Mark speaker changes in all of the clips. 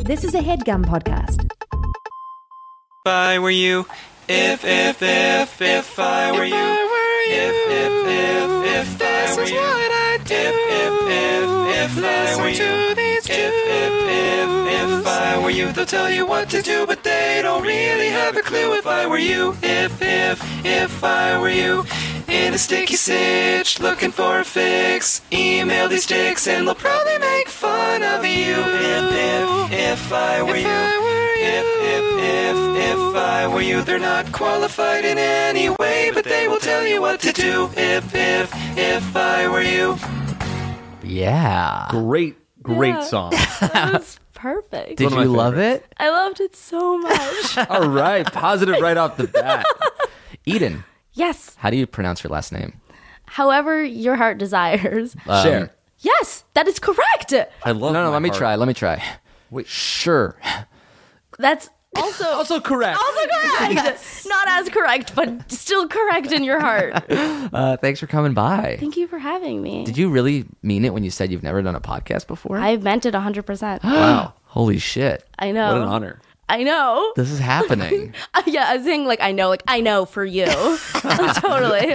Speaker 1: This is a headgum podcast.
Speaker 2: If I were you, if if if if I were you, if if if if this is what I do. If if if if I were you, if if if if I were you, they'll tell you what to do, but they don't really have a clue. If I were you, if if if I were you. In a sticky sitch, looking for a fix. Email these dicks and they'll probably make fun of you. If, if, if I were you. If, if, if, if I were you. They're not qualified in any way, but they will tell you what to do. If, if, if I were you.
Speaker 3: Yeah.
Speaker 4: Great, great
Speaker 5: Yeah.
Speaker 4: song.
Speaker 5: That was perfect.
Speaker 3: Did
Speaker 4: one
Speaker 3: you
Speaker 4: of my
Speaker 3: love it?
Speaker 5: I loved it so much.
Speaker 3: All right. Positive right off the bat. Eden,
Speaker 5: yes.
Speaker 3: how do you pronounce your last name?
Speaker 5: However your heart desires.
Speaker 3: Um,
Speaker 4: Share.
Speaker 5: Yes, that is correct.
Speaker 4: I love.
Speaker 3: No, no,
Speaker 4: my
Speaker 3: let me
Speaker 4: heart.
Speaker 3: try. Let me try. Wait. Sure.
Speaker 5: That's also also,
Speaker 4: Also correct.
Speaker 5: correct. Not as correct, but still correct in your heart.
Speaker 3: Uh, thanks for coming by.
Speaker 5: Thank you for having me.
Speaker 3: Did you really mean it when you said you've never done a podcast before?
Speaker 5: I meant it 100%.
Speaker 3: wow. Holy shit.
Speaker 5: I know.
Speaker 4: What an honor.
Speaker 5: I know.
Speaker 3: This is happening.
Speaker 5: Uh, yeah, I was saying like I know, like I know for you. totally.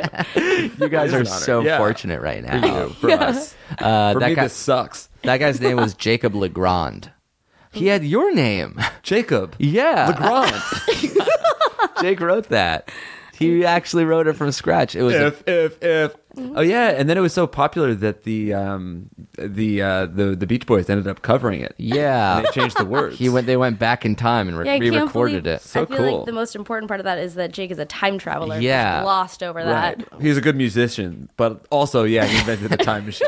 Speaker 3: you guys are
Speaker 4: an honor.
Speaker 3: so
Speaker 4: Yeah.
Speaker 3: fortunate right
Speaker 4: You
Speaker 3: now.
Speaker 4: know, for us.
Speaker 3: Uh,
Speaker 4: For
Speaker 3: Oh. that,
Speaker 4: me,
Speaker 3: guy,
Speaker 4: this sucks.
Speaker 3: that guy's name was Jacob Legrand. He had your name.
Speaker 4: Jacob.
Speaker 3: Yeah.
Speaker 4: Legrand.
Speaker 3: Jake wrote that. He actually wrote it from scratch. It was a-
Speaker 4: if if if.
Speaker 5: Mm-hmm.
Speaker 4: Oh yeah, and then it was so popular that the um the uh the the Beach Boys ended up covering it.
Speaker 3: yeah.
Speaker 4: And they changed the words.
Speaker 3: He went. They went back in time and re-
Speaker 5: Yeah, I can't
Speaker 3: re-recorded
Speaker 5: believe-
Speaker 3: it.
Speaker 4: So
Speaker 5: I feel
Speaker 4: cool.
Speaker 5: like the most important part of that is that Jake is a time traveler.
Speaker 3: Yeah.
Speaker 5: Just Lost over that.
Speaker 4: Right. He's a good musician, but also yeah, he invented the time machine.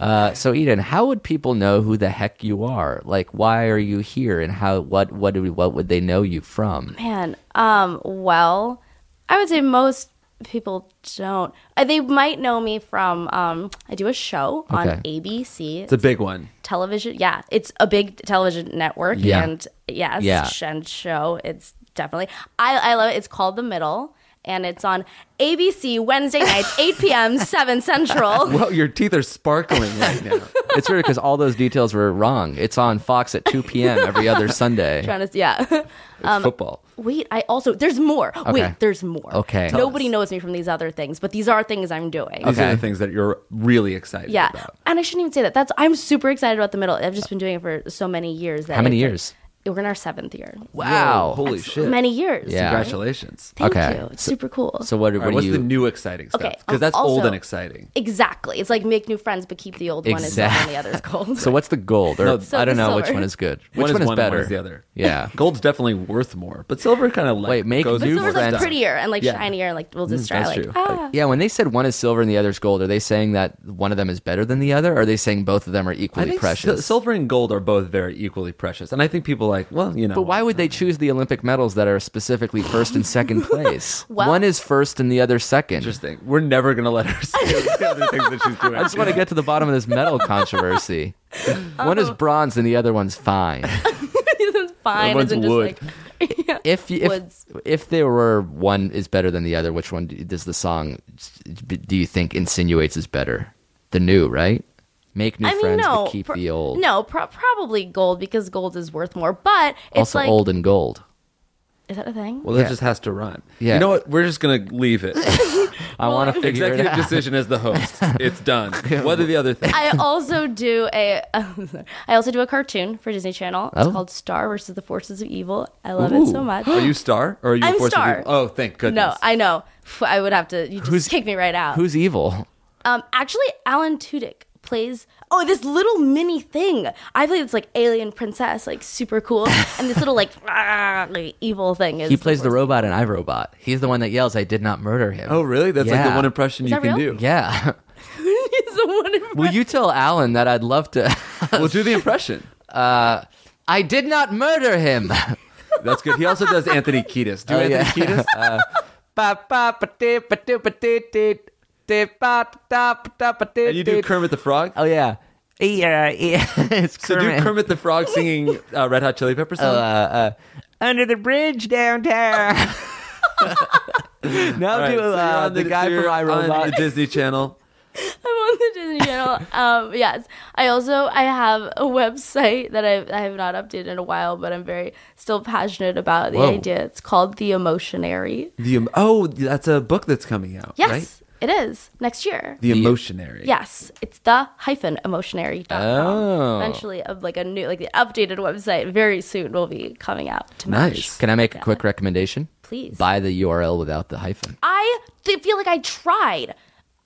Speaker 3: Uh, so Eden, how would people know who the heck you are? Like, why are you here, and how? What? What? Do we, what would they know you from?
Speaker 5: Man, um, well, I would say most people don't. Uh, They might know me from um, I do a show on
Speaker 3: Okay.
Speaker 5: ABC
Speaker 4: It's a big one.
Speaker 5: television. Yeah, it's a big television network,
Speaker 3: Yeah.
Speaker 5: and yes,
Speaker 3: Yeah.
Speaker 5: sh- and show. It's definitely I I love it. It's called The Middle. And it's on ABC Wednesday nights, 8 p.m., 7 Central.
Speaker 4: Well, your teeth are sparkling right now.
Speaker 3: It's weird because all those details were wrong. It's on Fox at 2 p.m. every other Sunday.
Speaker 5: Trying to- yeah.
Speaker 4: It's
Speaker 5: Um,
Speaker 4: football.
Speaker 5: Wait, I also there's more.
Speaker 3: Okay.
Speaker 5: Wait, there's more.
Speaker 3: Okay. Tell
Speaker 5: Nobody knows me from these other things, but these are things I'm doing.
Speaker 4: These
Speaker 3: Okay.
Speaker 4: are the things that you're really excited
Speaker 5: Yeah.
Speaker 4: about.
Speaker 5: And I shouldn't even say that. That's I'm super excited about the middle. I've just been doing it for so many years. That
Speaker 3: How many
Speaker 5: it's like-
Speaker 3: years?
Speaker 5: we're in our seventh year.
Speaker 3: Wow.
Speaker 4: Whoa, holy shit.
Speaker 5: Many years.
Speaker 3: Yeah.
Speaker 4: Congratulations.
Speaker 5: Thank
Speaker 3: Okay.
Speaker 5: you. It's super cool.
Speaker 3: So what?
Speaker 4: All
Speaker 3: what
Speaker 4: right,
Speaker 3: do
Speaker 4: what's
Speaker 3: you?
Speaker 4: the new exciting stuff?
Speaker 5: Okay,
Speaker 4: Because
Speaker 5: um,
Speaker 4: that's old
Speaker 5: also-
Speaker 4: and exciting.
Speaker 5: exactly. It's like make new friends but keep the old one
Speaker 3: Exact-
Speaker 5: and the other is cold.
Speaker 3: so what's the gold? Or
Speaker 5: So
Speaker 3: I don't
Speaker 5: the
Speaker 3: know which
Speaker 5: silver.
Speaker 3: one is good.
Speaker 4: One
Speaker 3: Which one
Speaker 4: is
Speaker 3: is
Speaker 4: one and
Speaker 3: better?
Speaker 4: one is the other.
Speaker 3: Yeah.
Speaker 4: Gold's definitely worth more, but silver kind of like
Speaker 3: Wait, make
Speaker 4: goes
Speaker 3: new
Speaker 4: with
Speaker 5: Silver's like
Speaker 3: friends. Mm,
Speaker 4: stuff.
Speaker 5: prettier and like
Speaker 4: Yeah.
Speaker 5: shinier and like we'll just try
Speaker 4: that's
Speaker 5: like
Speaker 4: true.
Speaker 5: ah.
Speaker 3: Yeah, when they said one is silver and the other is gold, are they saying that one of them is better than the other? Or are they saying both of them are
Speaker 4: I
Speaker 3: equally
Speaker 4: think
Speaker 3: precious?
Speaker 4: sil- silver and gold are both very equally precious, and I think people like well, you know,
Speaker 3: but why would they choose the Olympic medals that are specifically first and second place?
Speaker 5: Well-
Speaker 3: one is first and the other second.
Speaker 4: interesting. We're never gonna let her say the other things that she's doing.
Speaker 3: I just want to get to the bottom of this medal controversy. One is bronze and the other one's fine.
Speaker 5: it's fine.
Speaker 4: Everyone's
Speaker 5: Isn't just
Speaker 4: wood.
Speaker 5: like
Speaker 3: If you- if,
Speaker 5: Woods.
Speaker 3: if there were one is better than the other, which one do- does the song do you think insinuates is better? The new, right? Make new
Speaker 5: I mean,
Speaker 3: friends,
Speaker 5: no,
Speaker 3: but keep
Speaker 5: pro-
Speaker 3: the old.
Speaker 5: No, pro- probably gold because gold is worth more. But it's
Speaker 3: also
Speaker 5: like,
Speaker 3: old and gold.
Speaker 5: is that a thing?
Speaker 4: Well, that
Speaker 3: Yeah.
Speaker 4: just has to run.
Speaker 3: Yeah.
Speaker 4: You know what? We're just gonna leave it.
Speaker 3: I want to figure it
Speaker 4: Executive
Speaker 3: out.
Speaker 4: decision as the host. It's done. What are the other things?
Speaker 5: I also do a I also do a cartoon for Disney Channel. It's
Speaker 3: Oh.
Speaker 5: called Star versus the Forces of Evil. I love it so
Speaker 4: Ooh.
Speaker 5: much.
Speaker 4: Are you star or are you
Speaker 5: I'm
Speaker 4: forced
Speaker 5: star.
Speaker 4: to be? Oh, thank goodness.
Speaker 5: No, I know. F- I would have to. You just
Speaker 3: Who's-
Speaker 5: kick me right out.
Speaker 3: Who's evil?
Speaker 5: Um, actually, Alan Tudyk plays. Oh, this little mini thing. I believe it's like alien princess, like super cool, and this little like, ah, like, evil thing is.
Speaker 3: He plays the
Speaker 5: worst.
Speaker 3: robot in iRobot. He's the one that yells, "I did not murder him."
Speaker 4: Oh, really? That's like
Speaker 3: Yeah.
Speaker 4: the one impression you
Speaker 5: that
Speaker 4: can
Speaker 5: real?
Speaker 4: do.
Speaker 3: Yeah.
Speaker 5: He's the one. in
Speaker 3: Will
Speaker 5: front-
Speaker 3: you tell Alan that I'd love to?
Speaker 4: Well, do the impression.
Speaker 3: I did not murder him.
Speaker 4: That's good. He also does Anthony Kiedis. Do
Speaker 3: Oh,
Speaker 4: Anthony
Speaker 3: yeah.
Speaker 4: Kiedis? And you do
Speaker 3: Oh
Speaker 4: Kermit the Frog?
Speaker 3: yeah. Yeah, E, uh, yeah. It's
Speaker 4: So do Uh, Kermit Uh, the Frog singing uh, Red Hot Chili Peppers song?
Speaker 3: under the bridge downtown. now
Speaker 4: All right,
Speaker 3: do
Speaker 4: so you're
Speaker 3: uh,
Speaker 4: on
Speaker 3: the, guy from
Speaker 4: you're on
Speaker 3: iRobot.
Speaker 4: the Disney Channel.
Speaker 5: I'm on the Disney Channel. Um, yes, I also I have a website that I I have not updated in a while, but I'm very still passionate about the
Speaker 4: Whoa.
Speaker 5: idea. It's called The Emotionary.
Speaker 3: Mm,
Speaker 4: The em- oh, that's a book that's coming out,
Speaker 5: Yes,
Speaker 4: right?
Speaker 5: it is next year.
Speaker 4: The Emotionary.
Speaker 5: Yes, it's the hyphen emotionary.com.
Speaker 3: Oh.
Speaker 5: Eventually, of like a new, like the updated website very soon will be coming out. To match.
Speaker 4: Nice.
Speaker 3: Can I make a quick recommendation?
Speaker 5: Please.
Speaker 3: Buy the URL without the hyphen.
Speaker 5: I th- feel like I tried.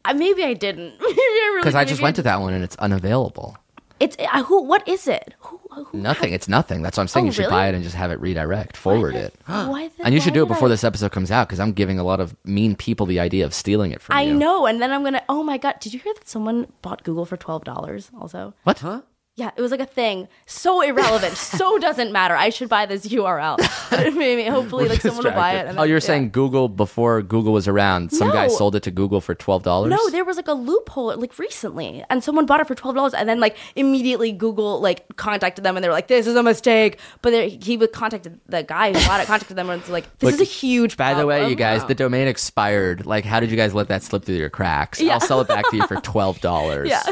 Speaker 5: I, maybe I didn't. Maybe I really
Speaker 3: Because I
Speaker 5: maybe
Speaker 3: just went to that one and it's unavailable.
Speaker 5: It's I, who? What is it? Who? who
Speaker 3: Nothing. It's nothing. That's what I'm
Speaker 5: Oh,
Speaker 3: saying. you should
Speaker 5: really?
Speaker 3: buy it and just have it redirect, forward it.
Speaker 5: why the-
Speaker 3: And you should
Speaker 5: why
Speaker 3: do it
Speaker 5: did
Speaker 3: before
Speaker 5: I-
Speaker 3: this episode comes out because I'm giving a lot of mean people the idea of stealing it from
Speaker 5: I
Speaker 3: you.
Speaker 5: know, and then I'm gonna. Oh my god! Did you hear that someone bought Google for twelve dollars? Also,
Speaker 3: What? Huh?
Speaker 5: yeah, it was like a thing. So irrelevant. so doesn't matter. I should buy this URL. Maybe hopefully, like someone will buy it.
Speaker 4: distracted.
Speaker 5: and
Speaker 3: Oh,
Speaker 5: then-
Speaker 3: you're
Speaker 5: yeah.
Speaker 3: saying Google before Google was around, some guy
Speaker 5: No.
Speaker 3: sold it to Google for twelve dollars.
Speaker 5: No, there was like a loophole like recently, and someone bought it for twelve dollars, and then like immediately Google like contacted them, and they were like, "This is a mistake." But they- he would contacted the guy who bought it, contacted them, and was like, "This
Speaker 3: Look,
Speaker 5: is a huge."
Speaker 3: By the way,
Speaker 5: problem."
Speaker 3: you guys, the domain expired. Like, how did you guys let that slip through your cracks? I'll sell it back to you for twelve dollars.
Speaker 5: Yeah.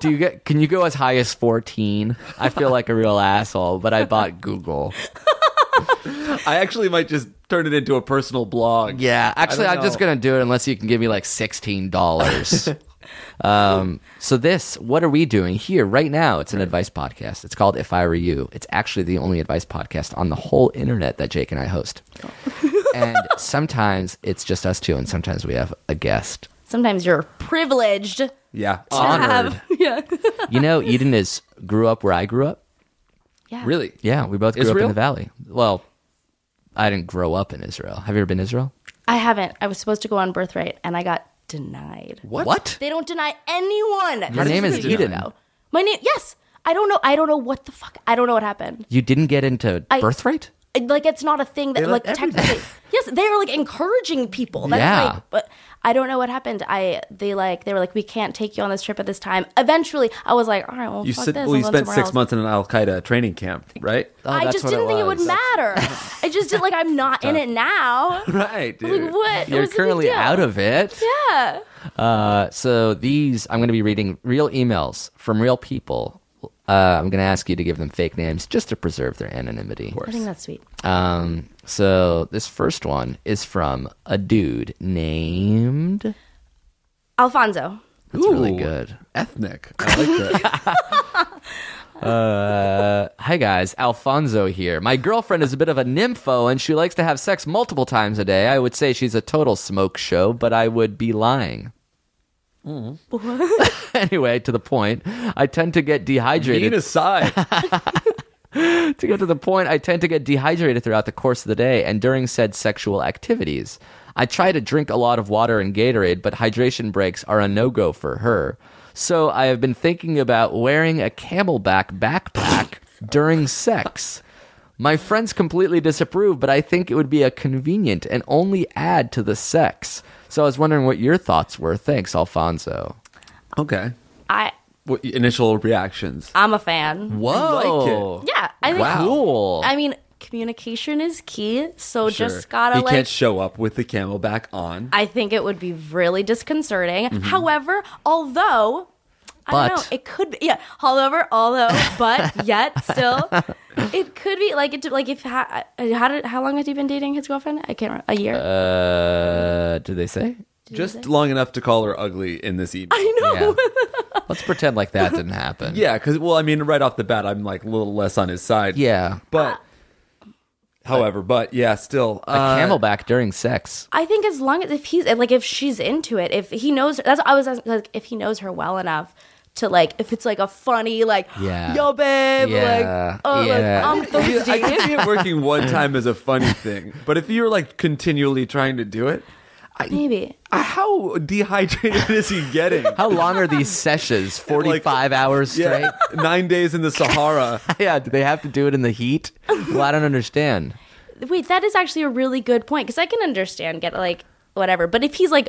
Speaker 3: Do you get? Can you go as high as fourteen? I feel like a real asshole, but I bought Google.
Speaker 4: I actually might just turn it into a personal blog.
Speaker 3: Yeah, actually,
Speaker 4: don't
Speaker 3: I'm just
Speaker 4: know.
Speaker 3: gonna do it unless you can give me like sixteen dollars. um, so this, what are we doing here right now? It's an advice podcast. It's called If I Were You. It's actually the only advice podcast on the whole internet that Jake and I host.
Speaker 4: Oh.
Speaker 3: and sometimes it's just us two, and sometimes we have a guest.
Speaker 5: sometimes you're privileged to
Speaker 4: Yeah.
Speaker 5: have. Yeah.
Speaker 3: You know, Eden is grew up where I grew up.
Speaker 5: yeah.
Speaker 4: Really?
Speaker 3: Yeah, we both grew up
Speaker 4: Israel?
Speaker 3: in the valley. Well, I didn't grow up in Israel. Have you ever been to Israel?
Speaker 5: I haven't. I was supposed to go on birthright, and I got denied.
Speaker 4: What?
Speaker 5: They don't deny anyone.
Speaker 3: Your name is Eden.
Speaker 5: My name. Yes. I don't know. I don't know what the fuck. I don't know what happened.
Speaker 3: You didn't get into
Speaker 5: I-
Speaker 3: birthright.
Speaker 5: It- like it's not a thing that
Speaker 4: They
Speaker 5: like
Speaker 4: let everybody-
Speaker 5: technically yes they are like encouraging people that's
Speaker 3: Yeah.
Speaker 5: like but i don't know what happened i they like they were like we can't take you on this trip at this time eventually i was like all right well
Speaker 4: You
Speaker 5: fuck
Speaker 4: said
Speaker 5: this
Speaker 4: well,
Speaker 5: I'm
Speaker 4: you
Speaker 5: going
Speaker 4: spent
Speaker 5: somewhere
Speaker 4: six
Speaker 5: else.
Speaker 4: months in an Al Qaeda training camp, right?
Speaker 3: Oh,
Speaker 5: i
Speaker 3: that's
Speaker 5: just
Speaker 3: what
Speaker 5: didn't think it would
Speaker 3: was.
Speaker 5: matter i just did like i'm not in it now
Speaker 4: right, dude.
Speaker 5: like what
Speaker 3: You're
Speaker 5: What's the big
Speaker 3: currently
Speaker 5: deal?
Speaker 3: out of it.
Speaker 5: yeah
Speaker 3: Uh, so these, I'm going to be reading real emails from real people. Uh, I'm going to ask you to give them fake names just to preserve their anonymity.
Speaker 5: i think that's sweet
Speaker 3: Um, so this first one is from a dude named.
Speaker 5: alfonso
Speaker 3: That's really
Speaker 4: Ooh.
Speaker 3: good.
Speaker 4: Ethnic. I like that.
Speaker 3: Uh, hi guys, Alfonso here. My girlfriend is a bit of a nympho and she likes to have sex multiple times a day. I would say she's a total smoke show, but I would be lying. anyway, to the point, I tend to get dehydrated.
Speaker 4: Mean aside.
Speaker 3: to get to the point, I tend to get dehydrated throughout the course of the day and during said sexual activities. I try to drink a lot of water and Gatorade, but hydration breaks are a no go for her. So I have been thinking about wearing a camelback backpack during sex. My friends completely disapprove, but I think it would be a convenient and only add to the sex. So I was wondering what your thoughts were. Thanks, Alfonso.
Speaker 4: Okay.
Speaker 5: i
Speaker 4: What initial reactions?
Speaker 5: i'm a fan
Speaker 3: Whoa.
Speaker 5: yeah i think
Speaker 3: Wow. Cool.
Speaker 5: i mean communication is key so
Speaker 4: Sure.
Speaker 5: just gotta
Speaker 4: He
Speaker 5: like
Speaker 4: can't show up with the camelback on.
Speaker 5: I think it would be really disconcerting. However, although I don't know,
Speaker 3: Mm-hmm. But.
Speaker 5: it could be yeah. However, although, but yet still, it could be like it like if ha- uh, how did how long had you been dating his girlfriend? I can't remember a year.
Speaker 3: Uh, did they say?
Speaker 4: Just long enough to call her ugly in this email.
Speaker 5: I know.
Speaker 3: Yeah. Let's pretend like that didn't happen.
Speaker 4: Yeah, because well, I mean, right off the bat, I'm like a little less on his side.
Speaker 3: Yeah.
Speaker 4: but however, but yeah, still
Speaker 3: A
Speaker 4: uh,
Speaker 3: camelback during sex.
Speaker 5: I think as long as if he's like if she's into it, if he knows her, that's what I was asking, like if he knows her well enough to like if it's like a funny like
Speaker 3: Yeah.
Speaker 5: yo babe
Speaker 3: Yeah.
Speaker 5: like oh
Speaker 3: Yeah.
Speaker 5: like, I'm
Speaker 4: Yeah, I
Speaker 5: thirsty.
Speaker 4: can see it working one time as a funny thing, but if you're like continually trying to do it,
Speaker 5: Maybe.
Speaker 4: uh, how dehydrated is he getting?
Speaker 3: How long are these sessions? 45 hours straight?
Speaker 4: yeah,
Speaker 3: Yeah.
Speaker 4: nine days in the Sahara.
Speaker 3: Do they have to do it in the heat? Well, I don't understand.
Speaker 5: Wait, that is actually a really good point because I can understand get like whatever, but if he's like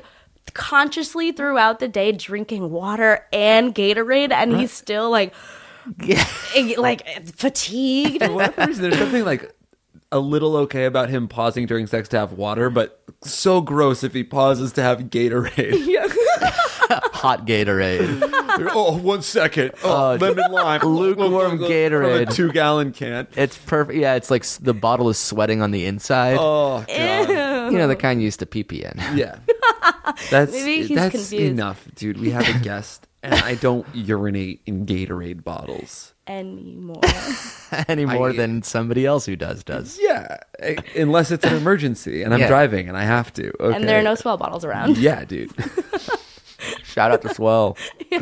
Speaker 5: consciously throughout the day drinking water and Gatorade and he's still like eh, like fatigued.
Speaker 4: For whatever reason, there's something like a little okay about him pausing during sex to have water, but so gross if he pauses to have Gatorade.
Speaker 5: Yeah.
Speaker 3: hot Gatorade.
Speaker 4: oh, one second. Oh,
Speaker 3: Uh,
Speaker 4: lemon lime. Oh,
Speaker 3: lukewarm
Speaker 4: From a
Speaker 3: Gatorade.
Speaker 4: two gallon can.
Speaker 3: It's perfect. Yeah, it's like s- the bottle is sweating on the inside.
Speaker 4: Oh,
Speaker 5: Eh.
Speaker 4: God.
Speaker 3: You know the kind you used to pee pee in.
Speaker 4: Yeah. That's,
Speaker 5: Maybe he's
Speaker 4: that's
Speaker 5: confused.
Speaker 4: enough, dude. We have a guest, and I don't urinate in Gatorade bottles.
Speaker 5: anymore.
Speaker 3: Any more
Speaker 4: I-
Speaker 3: than somebody else who does does.
Speaker 4: Yeah, I- unless it's an emergency and I'm
Speaker 3: Yeah.
Speaker 4: driving and I have to. Okay.
Speaker 5: And there are no swell bottles around.
Speaker 4: Yeah, dude.
Speaker 3: Shout out to Swell.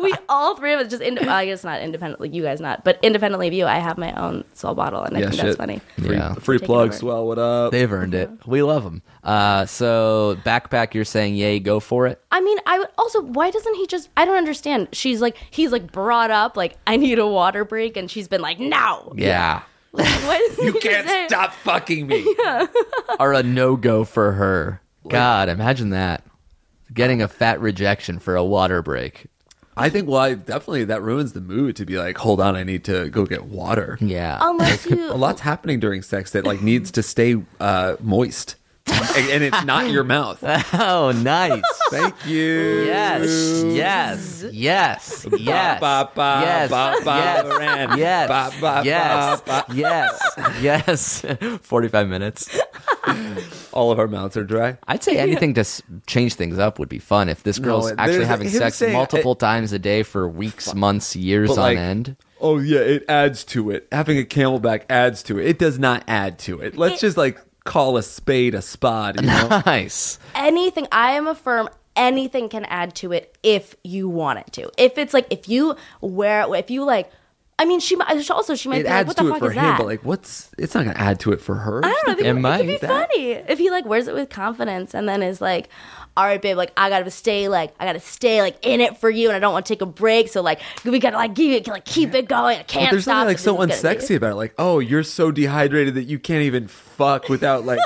Speaker 5: we all three of us just, ind- well, I guess not independently, you guys not, but independently of you, I have my own swell bottle and I
Speaker 4: yeah,
Speaker 5: think
Speaker 4: shit.
Speaker 5: that's funny.
Speaker 4: Free,
Speaker 3: Yeah.
Speaker 4: free
Speaker 5: Taking
Speaker 4: plug,
Speaker 5: over.
Speaker 4: swell. What up?
Speaker 3: They've earned it. We love them. Uh, so backpack, you're saying yay, go for it.
Speaker 5: I mean, I would also, why doesn't he just, I don't understand. She's like, he's like brought up, like, I need a water break. And she's been like, no.
Speaker 3: Yeah,
Speaker 5: Like, what
Speaker 4: you can't stop fucking me.
Speaker 3: are a no go for her. God, imagine that. Getting a fat rejection for a water break.
Speaker 4: I think, well, I, definitely that ruins the mood to be like, hold on, I need to go get water.
Speaker 3: Yeah.
Speaker 5: Unless you,
Speaker 4: A lot's happening during sex that like needs to stay uh, moist, and, and it's not your mouth.
Speaker 3: oh, nice.
Speaker 4: Thank you.
Speaker 3: yes. Yes. Yes. Yes.
Speaker 4: Ba, ba,
Speaker 3: yes.
Speaker 4: ba, ba,
Speaker 3: yes.
Speaker 4: Ren.
Speaker 3: Yes.
Speaker 4: Ba, ba,
Speaker 3: yes.
Speaker 4: ba, ba.
Speaker 3: yes. Yes. 45 minutes.
Speaker 4: All of our mouths are dry.
Speaker 3: I'd say anything to s- change things up would be fun. If this girl's
Speaker 4: there's
Speaker 3: actually
Speaker 4: like
Speaker 3: having
Speaker 4: him
Speaker 3: sex
Speaker 4: saying-
Speaker 3: multiple times a day for weeks, months, years
Speaker 4: But,
Speaker 3: on
Speaker 4: like,
Speaker 3: end.
Speaker 4: Oh yeah, it adds to it. Having a camelback adds to it. It does not add to it. Let's just like call a spade a spade. You know?
Speaker 3: Nice.
Speaker 5: anything i am a firm anything can add to it if you want it to if it's like if you wear if you like i mean she might also she might
Speaker 4: it
Speaker 5: be like
Speaker 4: adds
Speaker 5: what the
Speaker 4: to it
Speaker 5: fuck
Speaker 4: for
Speaker 5: is
Speaker 4: him,
Speaker 5: that
Speaker 4: but like, what's? It's not gonna add to it for her.
Speaker 5: I don't know. I think
Speaker 3: It
Speaker 5: it, might. could be
Speaker 3: might. That-
Speaker 5: funny if he like wears it with confidence and then is like, "All right, babe, like I gotta stay, like I gotta stay, like in it for you, and I don't want to take a break, so like we gotta like give it, like keep it going. I can't
Speaker 4: But there's
Speaker 5: stop."
Speaker 4: something like
Speaker 5: it.
Speaker 4: so
Speaker 5: This is gonna be-
Speaker 4: unsexy about it. Like, oh, you're so dehydrated that you can't even fuck without like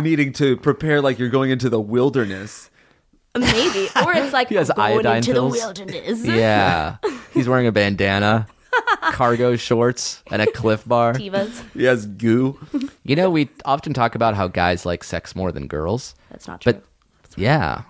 Speaker 4: needing to prepare like you're going into the wilderness.
Speaker 5: maybe, or it's like
Speaker 3: has
Speaker 5: going
Speaker 3: iodine
Speaker 5: into
Speaker 3: pills.
Speaker 5: the wilderness.
Speaker 3: Yeah. He's wearing a bandana, cargo shorts, and a cliff bar.
Speaker 5: Divas.
Speaker 4: He has goo.
Speaker 3: You know, we often talk about how guys like sex more than girls.
Speaker 5: That's not true.
Speaker 3: But yeah.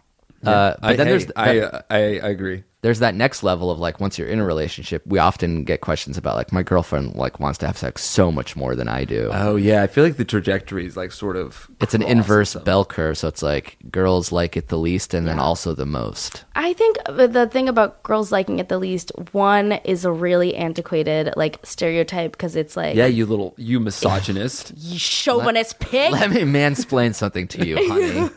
Speaker 3: Uh, but
Speaker 4: I,
Speaker 3: then there's
Speaker 4: hey, I,
Speaker 3: that,
Speaker 4: I I agree.
Speaker 3: there's that next level of like once you're in a relationship, we often get questions about like my girlfriend like wants to have sex so much more than I do.
Speaker 4: Oh yeah, I feel like the trajectory is like sort of.
Speaker 3: it's an
Speaker 4: crossed.
Speaker 3: inverse bell curve, so it's like girls like it the least and then also the most.
Speaker 5: I think the thing about girls liking it the least, one is a really antiquated like stereotype because it's like
Speaker 4: Yeah, you little you misogynist.
Speaker 5: you chauvinist pig.
Speaker 3: Let me mansplain something to you, honey.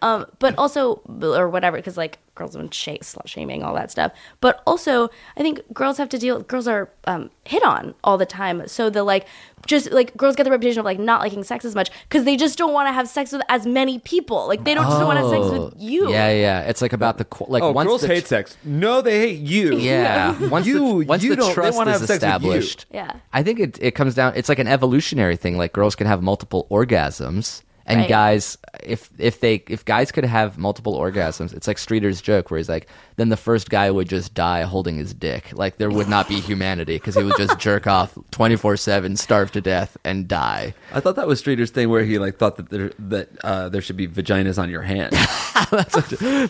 Speaker 5: but also or whatever because like girls have been sh- slut shaming all that stuff but also i think girls have to deal girls are um, hit on all the time so the like just like girls get the reputation of like not liking sex as much because they just don't want to have sex with as many people like they don't just don't want to have sex with you
Speaker 3: Oh, Yeah, yeah. It's like about the qu- like
Speaker 4: oh,
Speaker 3: once
Speaker 4: girls
Speaker 3: the
Speaker 4: hate sex. No, they hate you.
Speaker 3: Yeah. Once
Speaker 4: You-
Speaker 3: the, once
Speaker 4: you
Speaker 3: the
Speaker 4: don't- they
Speaker 3: trust
Speaker 4: wanna
Speaker 3: is
Speaker 4: have sex with you.
Speaker 3: established,
Speaker 5: Yeah.
Speaker 3: I think it, it comes down. It's like an evolutionary thing. Like girls can have multiple orgasms, and
Speaker 5: Right.
Speaker 3: guys, if if they if guys could have multiple orgasms, it's like Streeter's joke where he's like, then the first guy would just die holding his dick. Like there would not be humanity because he would just jerk off twenty four seven, starve to death, and die.
Speaker 4: I thought that was Streeter's thing where he like thought that there that uh, there should be vaginas on your hand.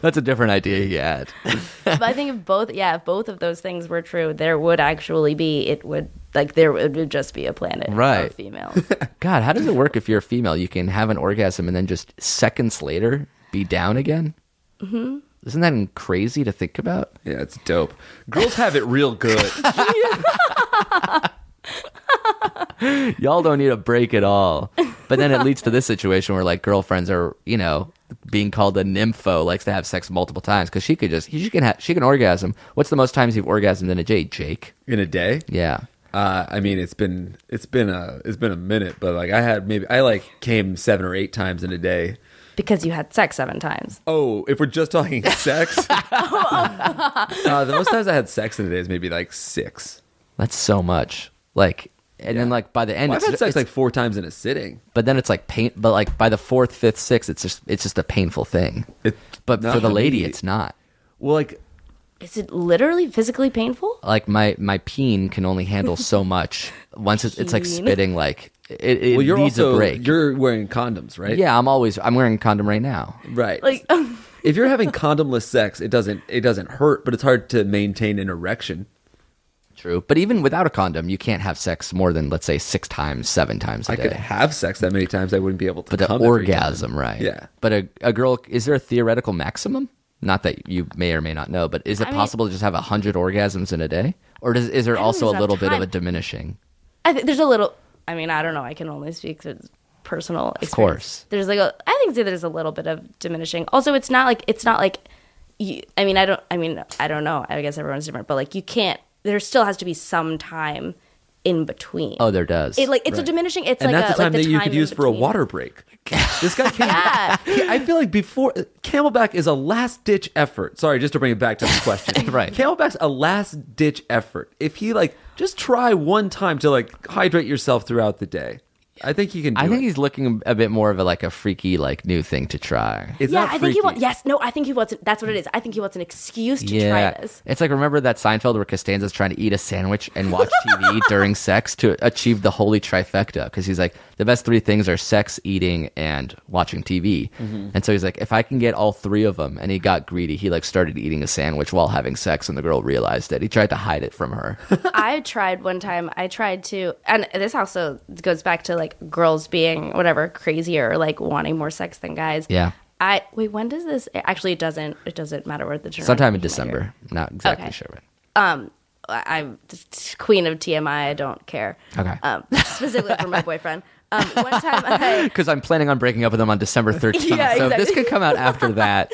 Speaker 3: That's a different idea he had.
Speaker 5: but i think if both yeah if both of those things were true there would actually be it would like there would would just be a planet
Speaker 3: Right.
Speaker 5: of females
Speaker 3: God, how does it work if you're a female? You can have an orgasm and then just seconds later be down again? Mm-hmm. Isn't that crazy to think about?
Speaker 4: yeah, it's dope. Girls have it real good.
Speaker 3: Y'all don't need a break at all. But then it leads to this situation where like girlfriends are, you know, being called a nympho, likes to have sex multiple times because she could just she can ha- she can orgasm. What's the most times you've orgasmed in a day, Jake?
Speaker 4: in a day.
Speaker 3: Yeah.
Speaker 4: Uh, I mean, it's been it's been a it's been a minute, but like I had maybe I like came seven or eight times in a day.
Speaker 5: because you had sex seven times
Speaker 4: Oh, if we're just talking sex, uh, the most times I had sex in a day is maybe like six.
Speaker 3: That's so much. Like and then like by the end
Speaker 4: Well, I've
Speaker 3: it's,
Speaker 4: had sex
Speaker 3: it's-
Speaker 4: like four times in a sitting.
Speaker 3: but then it's like pain but like by the fourth, fifth, sixth, it's just it's just a painful thing.
Speaker 4: It,
Speaker 3: But
Speaker 4: not
Speaker 3: for the lady,
Speaker 4: me.
Speaker 3: it's not.
Speaker 4: well, like
Speaker 5: is it literally physically painful
Speaker 3: Like my my peen can only handle so much. Once it's, it's like
Speaker 5: Peen.
Speaker 3: spitting like it, it
Speaker 4: Well, you're
Speaker 3: needs
Speaker 4: also
Speaker 3: a break.
Speaker 4: you're wearing condoms, right?
Speaker 3: yeah, I'm always I'm wearing a condom right now.
Speaker 4: right.
Speaker 5: Like,
Speaker 4: if you're having condomless sex, it doesn't it doesn't hurt, but it's hard to maintain an erection.
Speaker 3: True, but even without a condom, you can't have sex more than let's say six times, seven times a
Speaker 4: I
Speaker 3: day.
Speaker 4: could have sex that many times, I wouldn't be able to.
Speaker 3: but the
Speaker 4: come every time.
Speaker 3: orgasm, right?
Speaker 4: Yeah.
Speaker 3: But a, a girl, is there a theoretical maximum? Not that you may or may not know, but is it
Speaker 5: I mean-
Speaker 3: possible to just have a hundred orgasms in a day, or does, is there
Speaker 5: don't
Speaker 3: also
Speaker 5: know
Speaker 3: a
Speaker 5: if
Speaker 3: little bit of
Speaker 5: time-
Speaker 3: a diminishing?
Speaker 5: I think there's a little. I mean, I don't know. I can only speak to personal. Experience.
Speaker 3: course.
Speaker 5: there's like a. I think that there's a little bit of diminishing. Also, it's not like it's not like. You, I mean, I don't. I mean, I don't know. I guess everyone's different, but like you can't. There still has to be some time in between.
Speaker 3: Oh, there does.
Speaker 5: it like it's a diminishing. It's
Speaker 4: and
Speaker 5: like
Speaker 4: that's
Speaker 5: a,
Speaker 4: the time
Speaker 5: like the
Speaker 4: that you
Speaker 5: time
Speaker 4: could
Speaker 5: in
Speaker 4: use for a
Speaker 5: between.
Speaker 4: water break. This guy can't.
Speaker 5: Yeah.
Speaker 4: I feel like before Camelback is a last ditch effort. Sorry, just to bring it back to the question.
Speaker 3: Right.
Speaker 4: Camelback's a last ditch effort. If he like just try one time to like hydrate yourself throughout the day, I think you can. Do
Speaker 3: I think
Speaker 4: it.
Speaker 3: he's looking a bit more of a, like a freaky, like new thing to try.
Speaker 4: It's
Speaker 5: yeah,
Speaker 4: not
Speaker 5: I think he
Speaker 4: freaky.
Speaker 5: wants. Yes, no, I think he wants. That's what it is. I think he wants an excuse to try this.
Speaker 3: It's like remember that Seinfeld where Costanza's trying to eat a sandwich and watch TV during sex to achieve the holy trifecta because he's like the best three things are sex, eating, and watching TV.
Speaker 5: Mm-hmm.
Speaker 3: And so he's like, if I can get all three of them, and he got greedy, he like started eating a sandwich while having sex, and the girl realized it. He tried to hide it from her.
Speaker 5: I tried one time. I tried to, and this also goes back to like girls being whatever crazier, or like wanting more sex than guys.
Speaker 3: yeah,
Speaker 5: I wait. When does this? Actually, it doesn't. It doesn't matter where the term.
Speaker 3: sometime in December. Not exactly
Speaker 5: Okay.
Speaker 3: sure. When.
Speaker 5: I- I'm just queen of TMI. I don't care.
Speaker 3: Okay.
Speaker 5: Um, specifically for my boyfriend. Um, one time I
Speaker 3: Because I'm planning on breaking up with him on December 13th,
Speaker 5: Yeah,
Speaker 3: so if this
Speaker 5: exactly.
Speaker 3: could come out after that.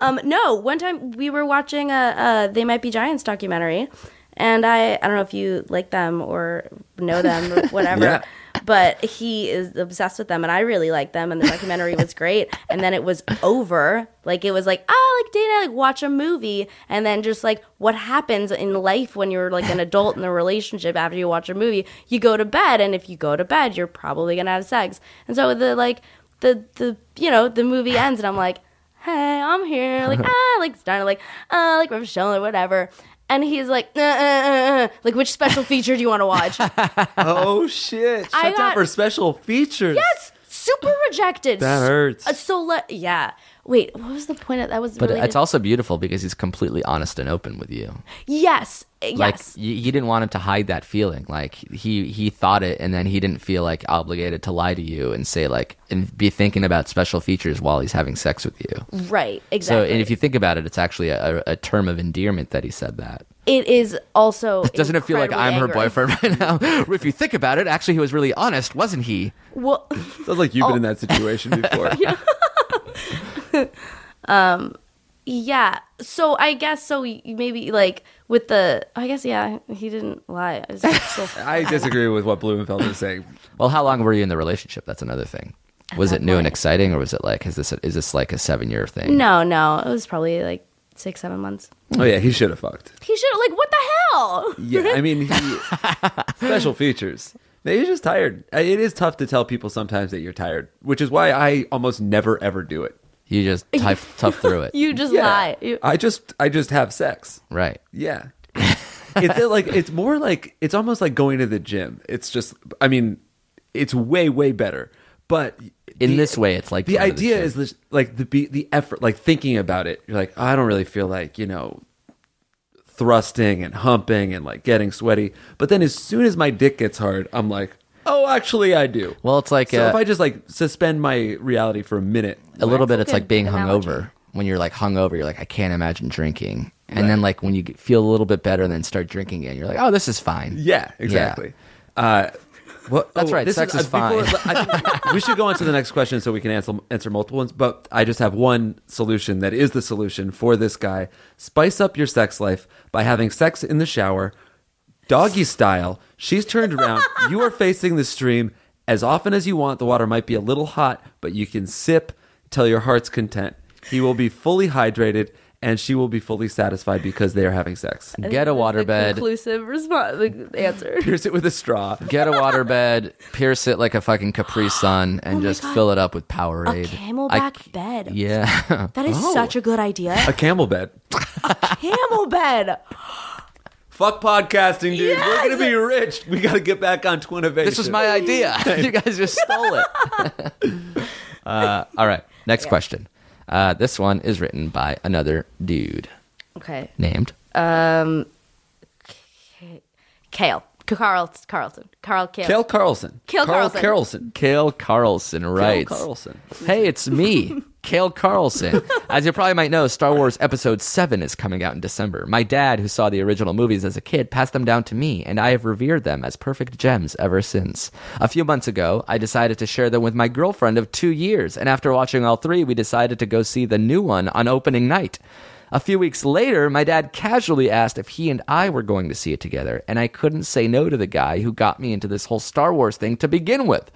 Speaker 5: Um, no, one time we were watching a, a They Might Be Giants documentary, and I I don't know if you like them or know them or whatever,
Speaker 4: Yeah.
Speaker 5: but he is obsessed with them, and I really like them, and the documentary was great. And then it was over, like it was like ah, like Dana, like watch a movie, and then just like what happens in life when you're like an adult in a relationship after you watch a movie, you go to bed, and if you go to bed, you're probably gonna have sex, and so the like the the you know the movie ends, and I'm like hey, I'm here. Like, ah, like, starting like, uh, like, Rochelle or whatever. And he's like, uh, uh, uh, uh. like, which special feature do you want to watch?
Speaker 4: Oh shit! Shut
Speaker 5: I
Speaker 4: down
Speaker 5: got-
Speaker 4: for special features.
Speaker 5: That's super rejected.
Speaker 4: That hurts.
Speaker 5: Uh, So, let, yeah. Wait, what was the point of that? Was
Speaker 3: But
Speaker 5: related-
Speaker 3: it's also beautiful because he's completely honest and open with you.
Speaker 5: yes,
Speaker 3: like
Speaker 5: yes.
Speaker 3: y- he didn't want him to hide that feeling like he he thought it and then he didn't feel like obligated to lie to you and say like and be thinking about special features while he's having sex with you
Speaker 5: right,
Speaker 3: so
Speaker 5: exactly.
Speaker 3: and if you think about it it's actually a, a term of endearment that he said that
Speaker 5: it is also.
Speaker 3: doesn't it feel like i'm
Speaker 5: incredibly
Speaker 3: her
Speaker 5: angering.
Speaker 3: boyfriend right now if you think about it actually he was really honest wasn't he
Speaker 5: Well,
Speaker 4: Sounds like you've
Speaker 5: Oh.
Speaker 4: been in that situation before.
Speaker 5: yeah. So I guess so. y- Maybe like with the. I guess yeah. He didn't lie. It's still-
Speaker 4: I disagree with what Blumenfeld is saying.
Speaker 3: well how long were you in the relationship that's another thing was it new and exciting or was it like is this is this like a seven year thing
Speaker 5: no, no. It was probably like six, seven months.
Speaker 4: Oh yeah, he should have fucked.
Speaker 5: He should like what the hell?
Speaker 4: Yeah, I mean, he, special features. He's just tired. Uh, It is tough to tell people sometimes that you're tired, which is why I almost never ever do it.
Speaker 3: you just tough, tough through it
Speaker 5: You just
Speaker 4: Yeah,
Speaker 5: lie. You,
Speaker 4: I just I just have sex.
Speaker 3: right
Speaker 4: Yeah, it's like it's more like it's almost like going to the gym. It's just I mean, it's way way better. But
Speaker 3: in
Speaker 4: the-
Speaker 3: this way it's like
Speaker 4: the
Speaker 3: going to
Speaker 4: idea
Speaker 3: gym.
Speaker 4: is this, like the be- the effort, like thinking about it. You're like, I don't really feel like you know thrusting and humping and like getting sweaty. But then as soon as my dick gets hard, I'm like, oh, actually, I do.
Speaker 3: Well, it's like,
Speaker 4: so
Speaker 3: uh,
Speaker 4: if I just like suspend my reality for a minute,
Speaker 3: a little bit it's
Speaker 5: good
Speaker 3: like being
Speaker 5: analogy.
Speaker 3: hungover when you're like hungover you're like i can't imagine drinking and then like when you get- feel a little bit better and then start drinking again you're like oh this is fine
Speaker 4: yeah, exactly. Uh, what,
Speaker 3: That's right,
Speaker 4: this uh,
Speaker 3: sex is
Speaker 4: before-
Speaker 3: fine.
Speaker 4: I think we should go on to the next question so we can answer, answer multiple ones. But I just have one solution that is the solution for this guy. Spice up your sex life by having sex in the shower, doggy style. She's turned around. you are facing the stream as often as you want. The water might be a little hot, but you can sip till your heart's content. He will be fully hydrated and she will be fully satisfied because they are having sex.
Speaker 3: get a
Speaker 5: The
Speaker 3: waterbed
Speaker 5: conclusive response like, answer.
Speaker 4: Pierce it with a straw.
Speaker 3: get a waterbed pierce it like a fucking capri sun and
Speaker 5: Oh my
Speaker 3: just
Speaker 5: God.
Speaker 3: fill it up with powerade I-
Speaker 5: camelback bed.
Speaker 3: yeah
Speaker 5: That is such a good idea.
Speaker 4: A camel bed.
Speaker 5: Camel bed.
Speaker 4: Fuck podcasting, dude.
Speaker 5: Yes!
Speaker 4: We're gonna be rich. We gotta get back on Twinnovation.
Speaker 3: This was my idea. you guys just stole it. uh, all right. Next question. Uh, this one is written by another dude
Speaker 5: Okay. um,
Speaker 3: named.
Speaker 5: Kale. Carl Carlton. Carl Kale.
Speaker 4: Kale Carlson.
Speaker 5: Kale
Speaker 4: Carl
Speaker 5: Carlson.
Speaker 4: Carlson.
Speaker 3: Kale Carlson
Speaker 4: Kale
Speaker 3: writes,
Speaker 4: Carlson.
Speaker 3: "Hey, it's me, Kale Carlson. As you probably might know, Star Wars Episode 7 is coming out in December. My dad, who saw the original movies as a kid, passed them down to me, and I have revered them as perfect gems ever since. A few months ago, I decided to share them with my girlfriend of 2 years, and after watching all 3, we decided to go see the new one on opening night." A few weeks later, my dad casually asked if he and I were going to see it together, and I couldn't say no to the guy who got me into this whole Star Wars thing to begin with.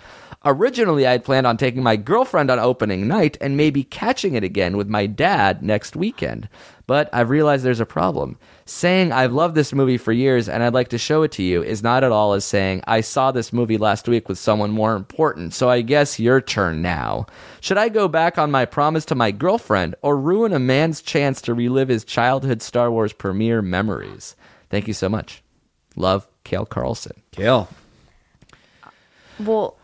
Speaker 3: Originally, I had planned on taking my girlfriend on opening night and maybe catching it again with my dad next weekend. But I've realized there's a problem. Saying I've loved this movie for years and I'd like to show it to you is not at all as saying I saw this movie last week with someone more important, so I guess your turn now. Should I go back on my promise to my girlfriend or ruin a man's chance to relive his childhood Star Wars premiere memories? Thank you so much. Love, Kale Carlson.
Speaker 4: Kale.
Speaker 5: Well,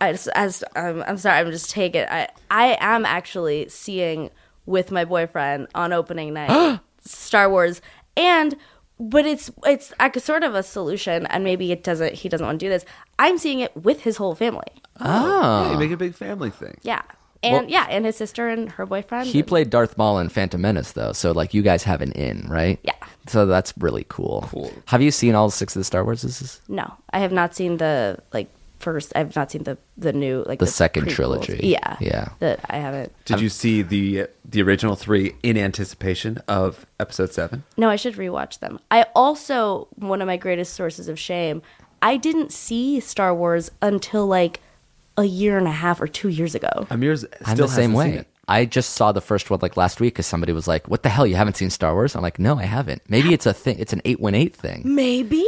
Speaker 5: as, as um, I'm sorry, I'm just taking. I I am actually seeing with my boyfriend on opening night Star Wars, and but it's it's like a sort of a solution, and maybe it doesn't. He doesn't want to do this. I'm seeing it with his whole family.
Speaker 4: Yeah, you make a big family thing.
Speaker 5: Yeah, and yeah, and his sister and her boyfriend.
Speaker 3: He
Speaker 5: and-
Speaker 3: played Darth Maul in Phantom Menace, though, so like you guys have an in, right?
Speaker 5: Yeah.
Speaker 3: So that's really cool. Cool. Have you seen all six of the Star Warses?
Speaker 5: No, I have not seen the like first. I've not seen the the new like
Speaker 3: The second
Speaker 5: prequels.
Speaker 3: trilogy.
Speaker 5: Yeah,
Speaker 3: Yeah.
Speaker 5: That I haven't.
Speaker 4: Did you see the the original three in anticipation of episode seven?
Speaker 5: No, I should rewatch them. I also one of my greatest sources of shame. I didn't see Star Wars until like a year and a half or two years ago.
Speaker 4: Amir's still
Speaker 3: I'm the same
Speaker 4: hasn't
Speaker 3: way.
Speaker 4: Seen it.
Speaker 3: I just saw the first one like last week because somebody was like, "What the hell? You haven't seen Star Wars?" I'm like, "No, I haven't. Maybe it's a thing. It's an eight one eight thing.
Speaker 5: Maybe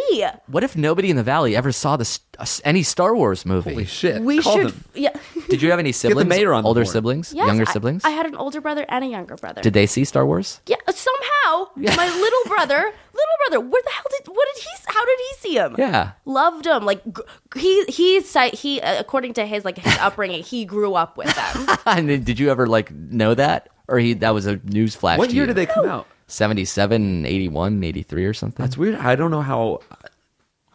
Speaker 3: What if nobody in the valley ever saw this uh, any Star Wars movie?
Speaker 4: Holy shit!
Speaker 5: we
Speaker 4: Call
Speaker 5: should.
Speaker 4: them.
Speaker 5: Yeah,
Speaker 3: Did you have any siblings?
Speaker 4: mayor on the
Speaker 3: older
Speaker 4: board.
Speaker 3: siblings,
Speaker 5: Yes,
Speaker 3: younger
Speaker 5: I-
Speaker 3: siblings.
Speaker 5: I, had an older brother and a younger brother.
Speaker 3: Did they see Star Wars?
Speaker 5: yeah, somehow my little brother, little brother, where the hell did what did he? How did he see him?
Speaker 3: Yeah.
Speaker 5: loved him. Like gr- he he si- he uh, according to his like his upbringing, he grew up with them.
Speaker 3: and then did you ever like know that, or he that was a news flash?
Speaker 4: What
Speaker 3: to
Speaker 4: year
Speaker 3: you?
Speaker 4: did they come out?
Speaker 3: 77, 81, 83 or something.
Speaker 4: It's weird. I don't know how.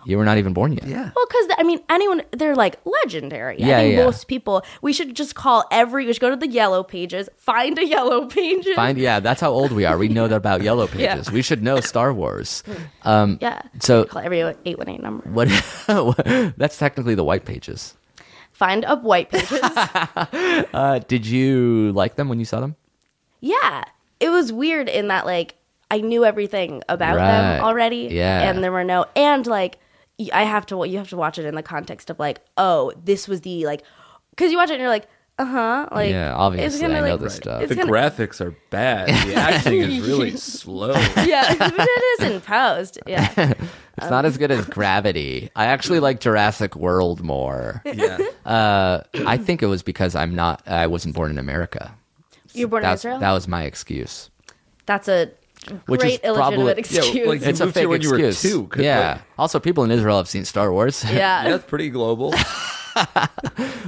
Speaker 3: you were not even born yet.
Speaker 4: Yeah.
Speaker 5: Well, because I mean, anyone they're like legendary.
Speaker 3: Yeah,
Speaker 5: I think
Speaker 3: yeah.
Speaker 5: most people. We should just call every. We should go to the yellow pages, find a yellow pages.
Speaker 3: Find yeah, that's how old we are. We know that about Yellow Pages. We should know Star Wars.
Speaker 5: yeah.
Speaker 3: So
Speaker 5: Call every eight one eight number.
Speaker 3: what? that's technically the White Pages.
Speaker 5: Find a white pages.
Speaker 3: Uh, did you like them when you saw them?
Speaker 5: yeah, it was weird in that like I knew everything about
Speaker 3: Right.
Speaker 5: them already.
Speaker 3: Yeah.
Speaker 5: and there were no and like y- I have to you have to watch it in the context of like oh this was the like because you watch it and you're like uh huh like
Speaker 3: yeah, obviously I know this stuff.
Speaker 5: it's
Speaker 4: The
Speaker 5: gonna-
Speaker 4: graphics are bad. The acting is really slow.
Speaker 5: yeah, but it is in post. Yeah.
Speaker 3: It's
Speaker 5: Um.
Speaker 3: not as good as Gravity. I actually like Jurassic World more.
Speaker 4: Yeah.
Speaker 3: I think it was because I'm not. I wasn't born in America.
Speaker 5: You were born in
Speaker 3: That's,
Speaker 5: Israel?
Speaker 3: that was my excuse.
Speaker 5: That's a
Speaker 3: Which is
Speaker 5: great illegitimate
Speaker 3: probably- yeah,
Speaker 5: excuse.
Speaker 4: like- You
Speaker 3: it's a
Speaker 4: moved here
Speaker 3: fake
Speaker 4: when you were
Speaker 3: excuse.
Speaker 4: two, could-
Speaker 3: yeah.
Speaker 4: like-
Speaker 3: also, people in Israel have seen Star Wars.
Speaker 5: yeah.
Speaker 4: That's pretty global.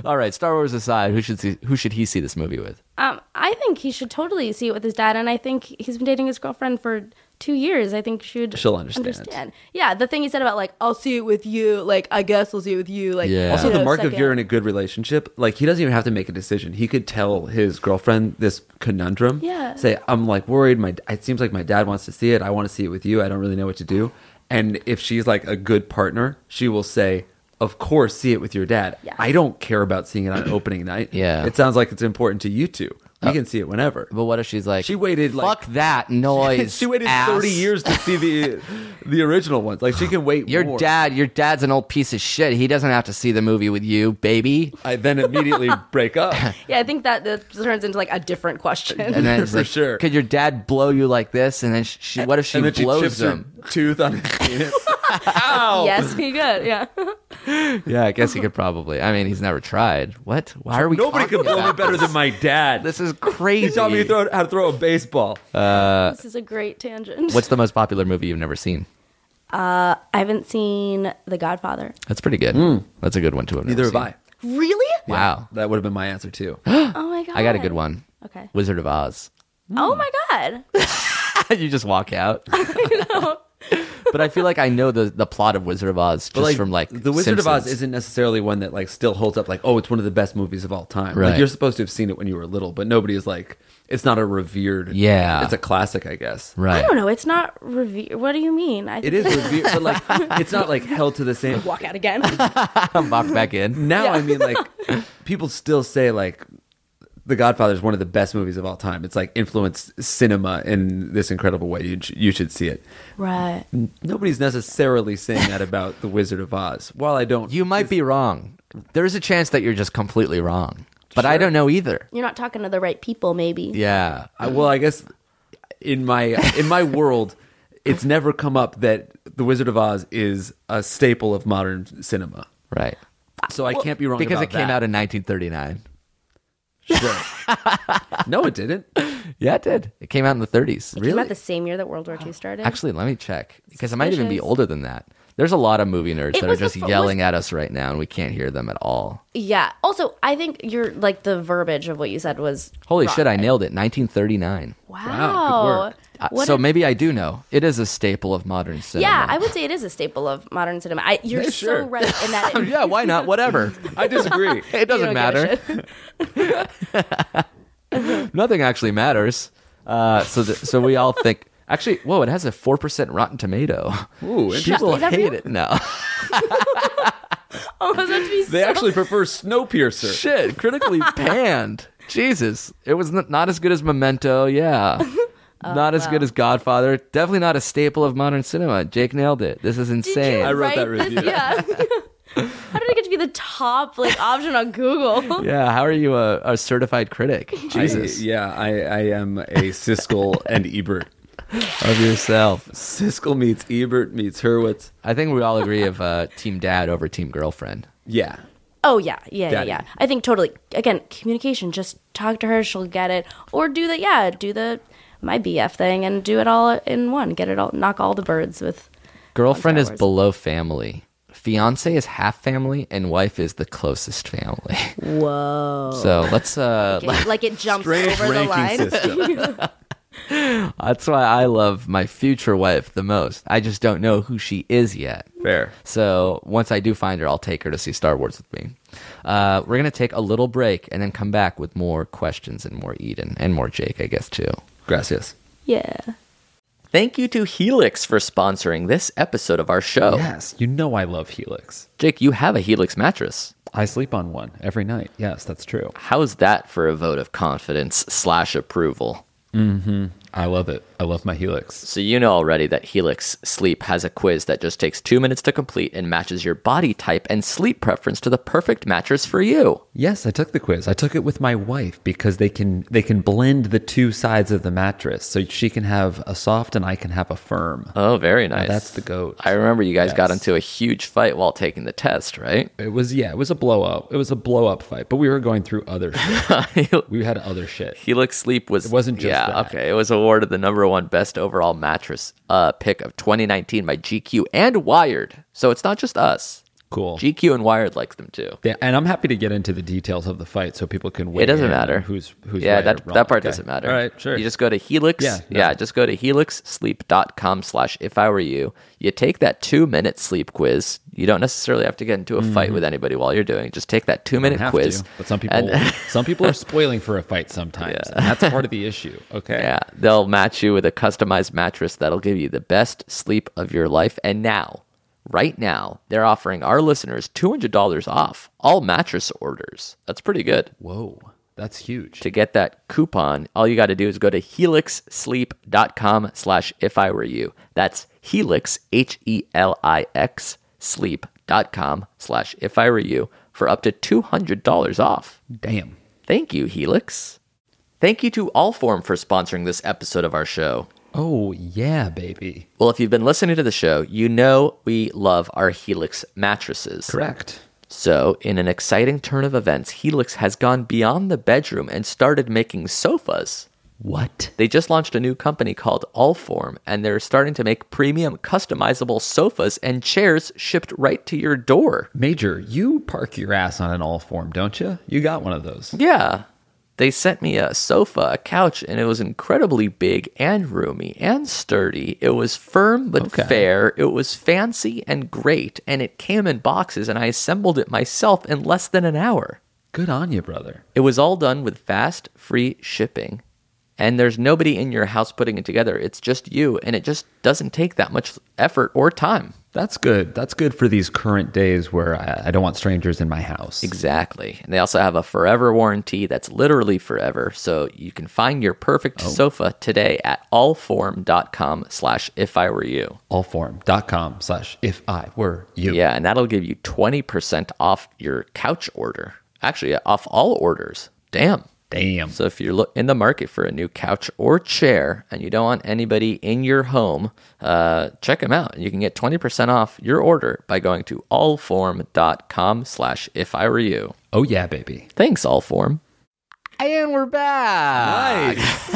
Speaker 3: All right. Star Wars aside, who should see, who should he see this movie with?
Speaker 5: Um, I think he should totally see it with his dad, and I think he's been dating his girlfriend for two years. I think she would
Speaker 4: She'll understand.
Speaker 5: Yeah, the thing he said about like I'll see it with you, like I guess I'll see it with you, like
Speaker 3: Yeah.
Speaker 4: Also,
Speaker 5: you
Speaker 4: the
Speaker 5: know,
Speaker 4: mark of
Speaker 5: second-
Speaker 4: you're in a good relationship, like he doesn't even have to make a decision. He could tell his girlfriend this conundrum.
Speaker 5: Yeah.
Speaker 4: Say, I'm like worried. My it seems like my dad wants to see it. I want to see it with you. I don't really know what to do. And if she's like a good partner, she will say, "Of course, see it with your dad.
Speaker 5: Yeah.
Speaker 4: I don't care about seeing it on opening night.
Speaker 3: Yeah. Uh,
Speaker 4: It sounds like it's important to you two. You can see it whenever.
Speaker 3: But what if she's like?
Speaker 4: She waited, like-
Speaker 3: fuck that noise.
Speaker 4: she waited
Speaker 3: ass.
Speaker 4: 30 years to see the the original ones. Like she can wait.
Speaker 3: Your
Speaker 4: more.
Speaker 3: dad, your dad's an old piece of shit. He doesn't have to see the movie with you, baby.
Speaker 4: I then immediately break up.
Speaker 5: Yeah, I think that that turns into like a different question.
Speaker 3: And then it's
Speaker 4: For
Speaker 3: like,
Speaker 4: sure.
Speaker 3: Could your dad blow you like this? And then she, she what if she
Speaker 4: and then she
Speaker 3: blows
Speaker 4: chips her
Speaker 3: him?
Speaker 4: tooth on his penis.
Speaker 5: yes, he could. Yeah.
Speaker 3: Yeah, I guess he could probably. I mean, he's never tried. What? Why are we?
Speaker 4: Nobody
Speaker 3: talking
Speaker 4: could blow me
Speaker 3: about
Speaker 4: better
Speaker 3: this?
Speaker 4: than my dad.
Speaker 3: This is crazy.
Speaker 4: he taught me throw, how to throw a baseball.
Speaker 5: this is a great tangent.
Speaker 3: What's the most popular movie you've never seen?
Speaker 5: Uh, I haven't seen The Godfather.
Speaker 3: That's pretty good. That's a good one to have.
Speaker 4: Hmm. Neither
Speaker 3: never
Speaker 4: have
Speaker 3: seen.
Speaker 4: I.
Speaker 5: Really?
Speaker 3: Wow.
Speaker 4: That would have been my answer too.
Speaker 5: Oh my god.
Speaker 3: I got a good one.
Speaker 5: Okay.
Speaker 3: Wizard of Oz.
Speaker 5: Oh my god.
Speaker 3: you just walk out. but I feel like I know the, the plot of Wizard of Oz just
Speaker 4: But,
Speaker 3: from like
Speaker 4: the Wizard of Oz
Speaker 3: Simpsons.
Speaker 4: isn't necessarily one that like still holds up. Like, oh, it's one of the best movies of all time.
Speaker 3: Right.
Speaker 4: Like you're supposed to have seen it when you were little, but nobody is like. It's not a revered.
Speaker 3: Yeah.
Speaker 4: it's a classic, I guess.
Speaker 5: I
Speaker 3: right.
Speaker 5: don't know. It's not revere. What do you mean? I
Speaker 4: It is revered, but like it's not like held to the same.
Speaker 5: Walk out again.
Speaker 3: Walk back in.
Speaker 4: Now I mean, like people still say like The Godfather is one of the best movies of all time. It's like influenced cinema in this incredible way. You you should see it.
Speaker 5: right.
Speaker 4: Nobody's necessarily saying that about The Wizard of Oz. While I don't,
Speaker 3: You might be wrong. There is a chance that you're just completely wrong. But I don't know either.
Speaker 5: You're not talking to the right people, maybe.
Speaker 3: Yeah.
Speaker 4: I, well, I guess in my in my world, it's never come up that The Wizard of Oz is a staple of modern cinema.
Speaker 3: Right.
Speaker 4: So I can't be wrong
Speaker 3: Because it
Speaker 4: about
Speaker 3: came
Speaker 4: that.
Speaker 3: out in 1939.
Speaker 4: Sure. no, it didn't.
Speaker 3: Yeah, it did. It came out in the 30s.
Speaker 5: Came out the same year that World War II started.
Speaker 3: Actually, let me check because it might even be
Speaker 5: Suspicious.
Speaker 3: older than that. There's a lot of movie nerds
Speaker 5: It
Speaker 3: that are
Speaker 5: was the
Speaker 3: just
Speaker 5: fu- was-
Speaker 3: yelling at us right now, and we can't hear them at all.
Speaker 5: yeah. Also, I think you're like the verbiage of what you said was
Speaker 3: Holy
Speaker 5: wrong.
Speaker 3: shit! I nailed it. 1939.
Speaker 5: Wow.
Speaker 4: work.
Speaker 3: Uh,
Speaker 5: What
Speaker 3: so
Speaker 5: a-
Speaker 3: maybe I do know. It is a staple of modern cinema.
Speaker 5: yeah, I would say it is a staple of modern cinema. I, you're
Speaker 4: Yeah, sure.
Speaker 5: so right in that. it-
Speaker 3: yeah, why not? Whatever.
Speaker 4: I disagree.
Speaker 5: You
Speaker 3: It doesn't
Speaker 5: don't give a
Speaker 3: matter.
Speaker 5: shit.
Speaker 3: Nothing actually matters. Uh, so, th- so we all think. Actually, whoa! It has a four percent Rotten Tomato.
Speaker 4: Ooh,
Speaker 3: People
Speaker 5: Is that
Speaker 3: hate
Speaker 5: real?
Speaker 3: it now.
Speaker 5: Oh, that's meant to be
Speaker 4: They
Speaker 5: so-
Speaker 4: actually prefer Snowpiercer.
Speaker 3: Shit, critically panned. Jesus, it was n- not as good as Memento. Yeah,
Speaker 5: Oh,
Speaker 3: not as good as Godfather. Definitely not a staple of modern cinema. Jake nailed it. This is
Speaker 5: Did you
Speaker 3: insane.
Speaker 4: I wrote that
Speaker 5: write this-
Speaker 4: review.
Speaker 5: yeah. How did it get to be the top like option on Google?
Speaker 3: yeah, how are you a, a certified critic? Jesus,
Speaker 4: I- yeah, I, I am a Siskel and Ebert.
Speaker 3: of yourself.
Speaker 4: Siskel meets Ebert meets Hurwitz.
Speaker 3: I think we all agree of uh, team dad over team girlfriend.
Speaker 4: Yeah.
Speaker 5: Oh yeah, yeah,
Speaker 4: Daddy.
Speaker 5: yeah, yeah. I think totally. Again, communication. Just talk to her; she'll get it. Or do the yeah, do the my BF thing and do it all in one. Get it all, knock all the birds with.
Speaker 3: Girlfriend is
Speaker 5: Hours.
Speaker 3: below family. Fiance is half family, and wife is the closest family.
Speaker 5: Whoa!
Speaker 3: So let's. Uh,
Speaker 5: like it jumps
Speaker 4: Strange
Speaker 5: over the
Speaker 4: ranking
Speaker 5: line.
Speaker 4: system.
Speaker 3: That's why I love my future wife the most. I just don't know who she is yet.
Speaker 4: Fair.
Speaker 3: So once I do find her, I'll take her to see Star Wars with me. Uh, we're gonna take a little break and then come back with more questions and more Eden and more Jake, I guess too.
Speaker 4: Gracias.
Speaker 5: Yeah.
Speaker 3: Thank you to Helix for sponsoring this episode of our show.
Speaker 4: Yes, you know I love Helix.
Speaker 3: Jake, you have a Helix mattress.
Speaker 4: I sleep on one every night. Yes, that's true.
Speaker 3: How's that for a vote of confidence slash approval?
Speaker 4: I love it. I love my Helix.
Speaker 3: So you know already that Helix Sleep has a quiz that just takes two minutes to complete and matches your body type and sleep preference to the perfect mattress for you.
Speaker 4: Yes, I took the quiz. I took it with my wife because they can they can blend the two sides of the mattress. So she can have a soft and I can have a firm. Uh,
Speaker 3: Oh, very nice.
Speaker 4: that's the goat.
Speaker 3: I remember you guys got
Speaker 4: Yes.
Speaker 3: into a huge fight while taking the test, right?
Speaker 4: It was yeah, it was a blow up. It was a blow up fight, but we were going through other shit. we had other shit.
Speaker 3: Helix Sleep was. It
Speaker 4: wasn't just
Speaker 3: yeah.
Speaker 4: that.
Speaker 3: Okay, it was awarded the number one best overall mattress uh, pick of 2019 by GQ and Wired. So it's not just us.
Speaker 4: Cool.
Speaker 3: GQ and Wired likes them too.
Speaker 4: Yeah, and I'm happy to get into the details of the fight so people can. Weigh
Speaker 3: It doesn't
Speaker 4: in on
Speaker 3: matter
Speaker 4: who's who's.
Speaker 3: yeah.
Speaker 4: right or
Speaker 3: that
Speaker 4: wrong.
Speaker 3: that part
Speaker 4: Okay.
Speaker 3: doesn't matter.
Speaker 4: All right, sure.
Speaker 3: You just go to Helix.
Speaker 4: Yeah, no.
Speaker 3: yeah. Just go to helixsleep.com slash if I were you. You take that two minute sleep quiz. You don't necessarily have to get into a fight with anybody while you're doing. it. Just take that two minute
Speaker 6: Mm-hmm. have
Speaker 3: quiz.
Speaker 6: to, but some people
Speaker 3: and-
Speaker 6: some people are spoiling for a fight sometimes, and that's part of the issue. Okay,
Speaker 3: yeah, they'll match you with a customized mattress that'll give you the best sleep of your life. And now, right now, they're offering our listeners two hundred dollars off all mattress orders. That's pretty good.
Speaker 6: whoa, that's huge.
Speaker 3: to get that coupon, all you got to do is go to helixsleep.com slash if I were you. That's helix, H E L I X, sleep.com slash if I were you for up to $200 off.
Speaker 6: Damn,
Speaker 3: Thank you, Helix. Thank you to Allform for sponsoring this episode of our show.
Speaker 6: oh yeah, baby,
Speaker 3: Well, if you've been listening to the show, you know we love our Helix mattresses.
Speaker 6: correct.
Speaker 3: So, in an exciting turn of events, Helix has gone beyond the bedroom and started making sofas.
Speaker 4: What?
Speaker 3: They just launched a new company called Allform, and they're starting to make premium customizable sofas and chairs shipped right to your door.
Speaker 6: Major, you park your ass on an all form, don't you? You got one of those.
Speaker 3: Yeah. They sent me a sofa, a couch, and it was incredibly big and roomy and sturdy. It was firm but
Speaker 6: Okay.
Speaker 3: fair. It was fancy and great, and it came in boxes, and I assembled it myself in less than an hour.
Speaker 6: Good on you, brother.
Speaker 3: It was all done with fast, free shipping. And there's nobody in your house putting it together. It's just you, and it just doesn't take that much effort or time.
Speaker 6: That's good. That's good for these current days where I, I don't want strangers in my house.
Speaker 3: Exactly. And they also have a forever warranty that's literally forever. So you can find your perfect sofa today at allform.com slash if I were you.
Speaker 6: Allform.com slash if I were you.
Speaker 3: Yeah, and that'll give you 20% off your couch order. Actually, off all orders. Damn.
Speaker 6: Damn.
Speaker 3: So if you're lo- in the market for a new couch or chair and you don't want anybody in your home, uh, check them out. You can get 20% off your order by going to allform.com slash if I were you.
Speaker 6: Oh, yeah, baby.
Speaker 3: Thanks, Allform.
Speaker 6: And we're back.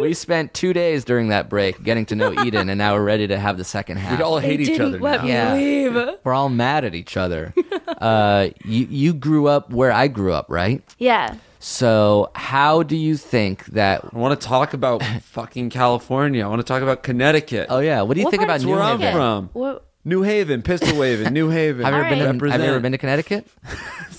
Speaker 3: We spent two days during that break getting to know Eden, and now we're ready to have the second half.
Speaker 4: We all hate each other
Speaker 5: Didn't let
Speaker 4: now.
Speaker 5: me
Speaker 3: Yeah.
Speaker 5: leave.
Speaker 3: We're all mad at each other. uh, you you grew up where I grew up, right?
Speaker 5: Yeah.
Speaker 3: So how do you think that?
Speaker 4: I want to talk about fucking California. I want to talk about Connecticut.
Speaker 3: Oh yeah, what do you
Speaker 5: What
Speaker 3: think
Speaker 5: part
Speaker 3: about
Speaker 5: of
Speaker 3: New
Speaker 4: where I'm
Speaker 5: Connecticut?
Speaker 3: Haven?
Speaker 4: from.
Speaker 5: What,
Speaker 4: New Haven, pistol waving, New Haven.
Speaker 3: Have you, ever
Speaker 5: All
Speaker 3: been to,
Speaker 5: right.
Speaker 3: have you ever
Speaker 4: Represent.
Speaker 3: been to Connecticut?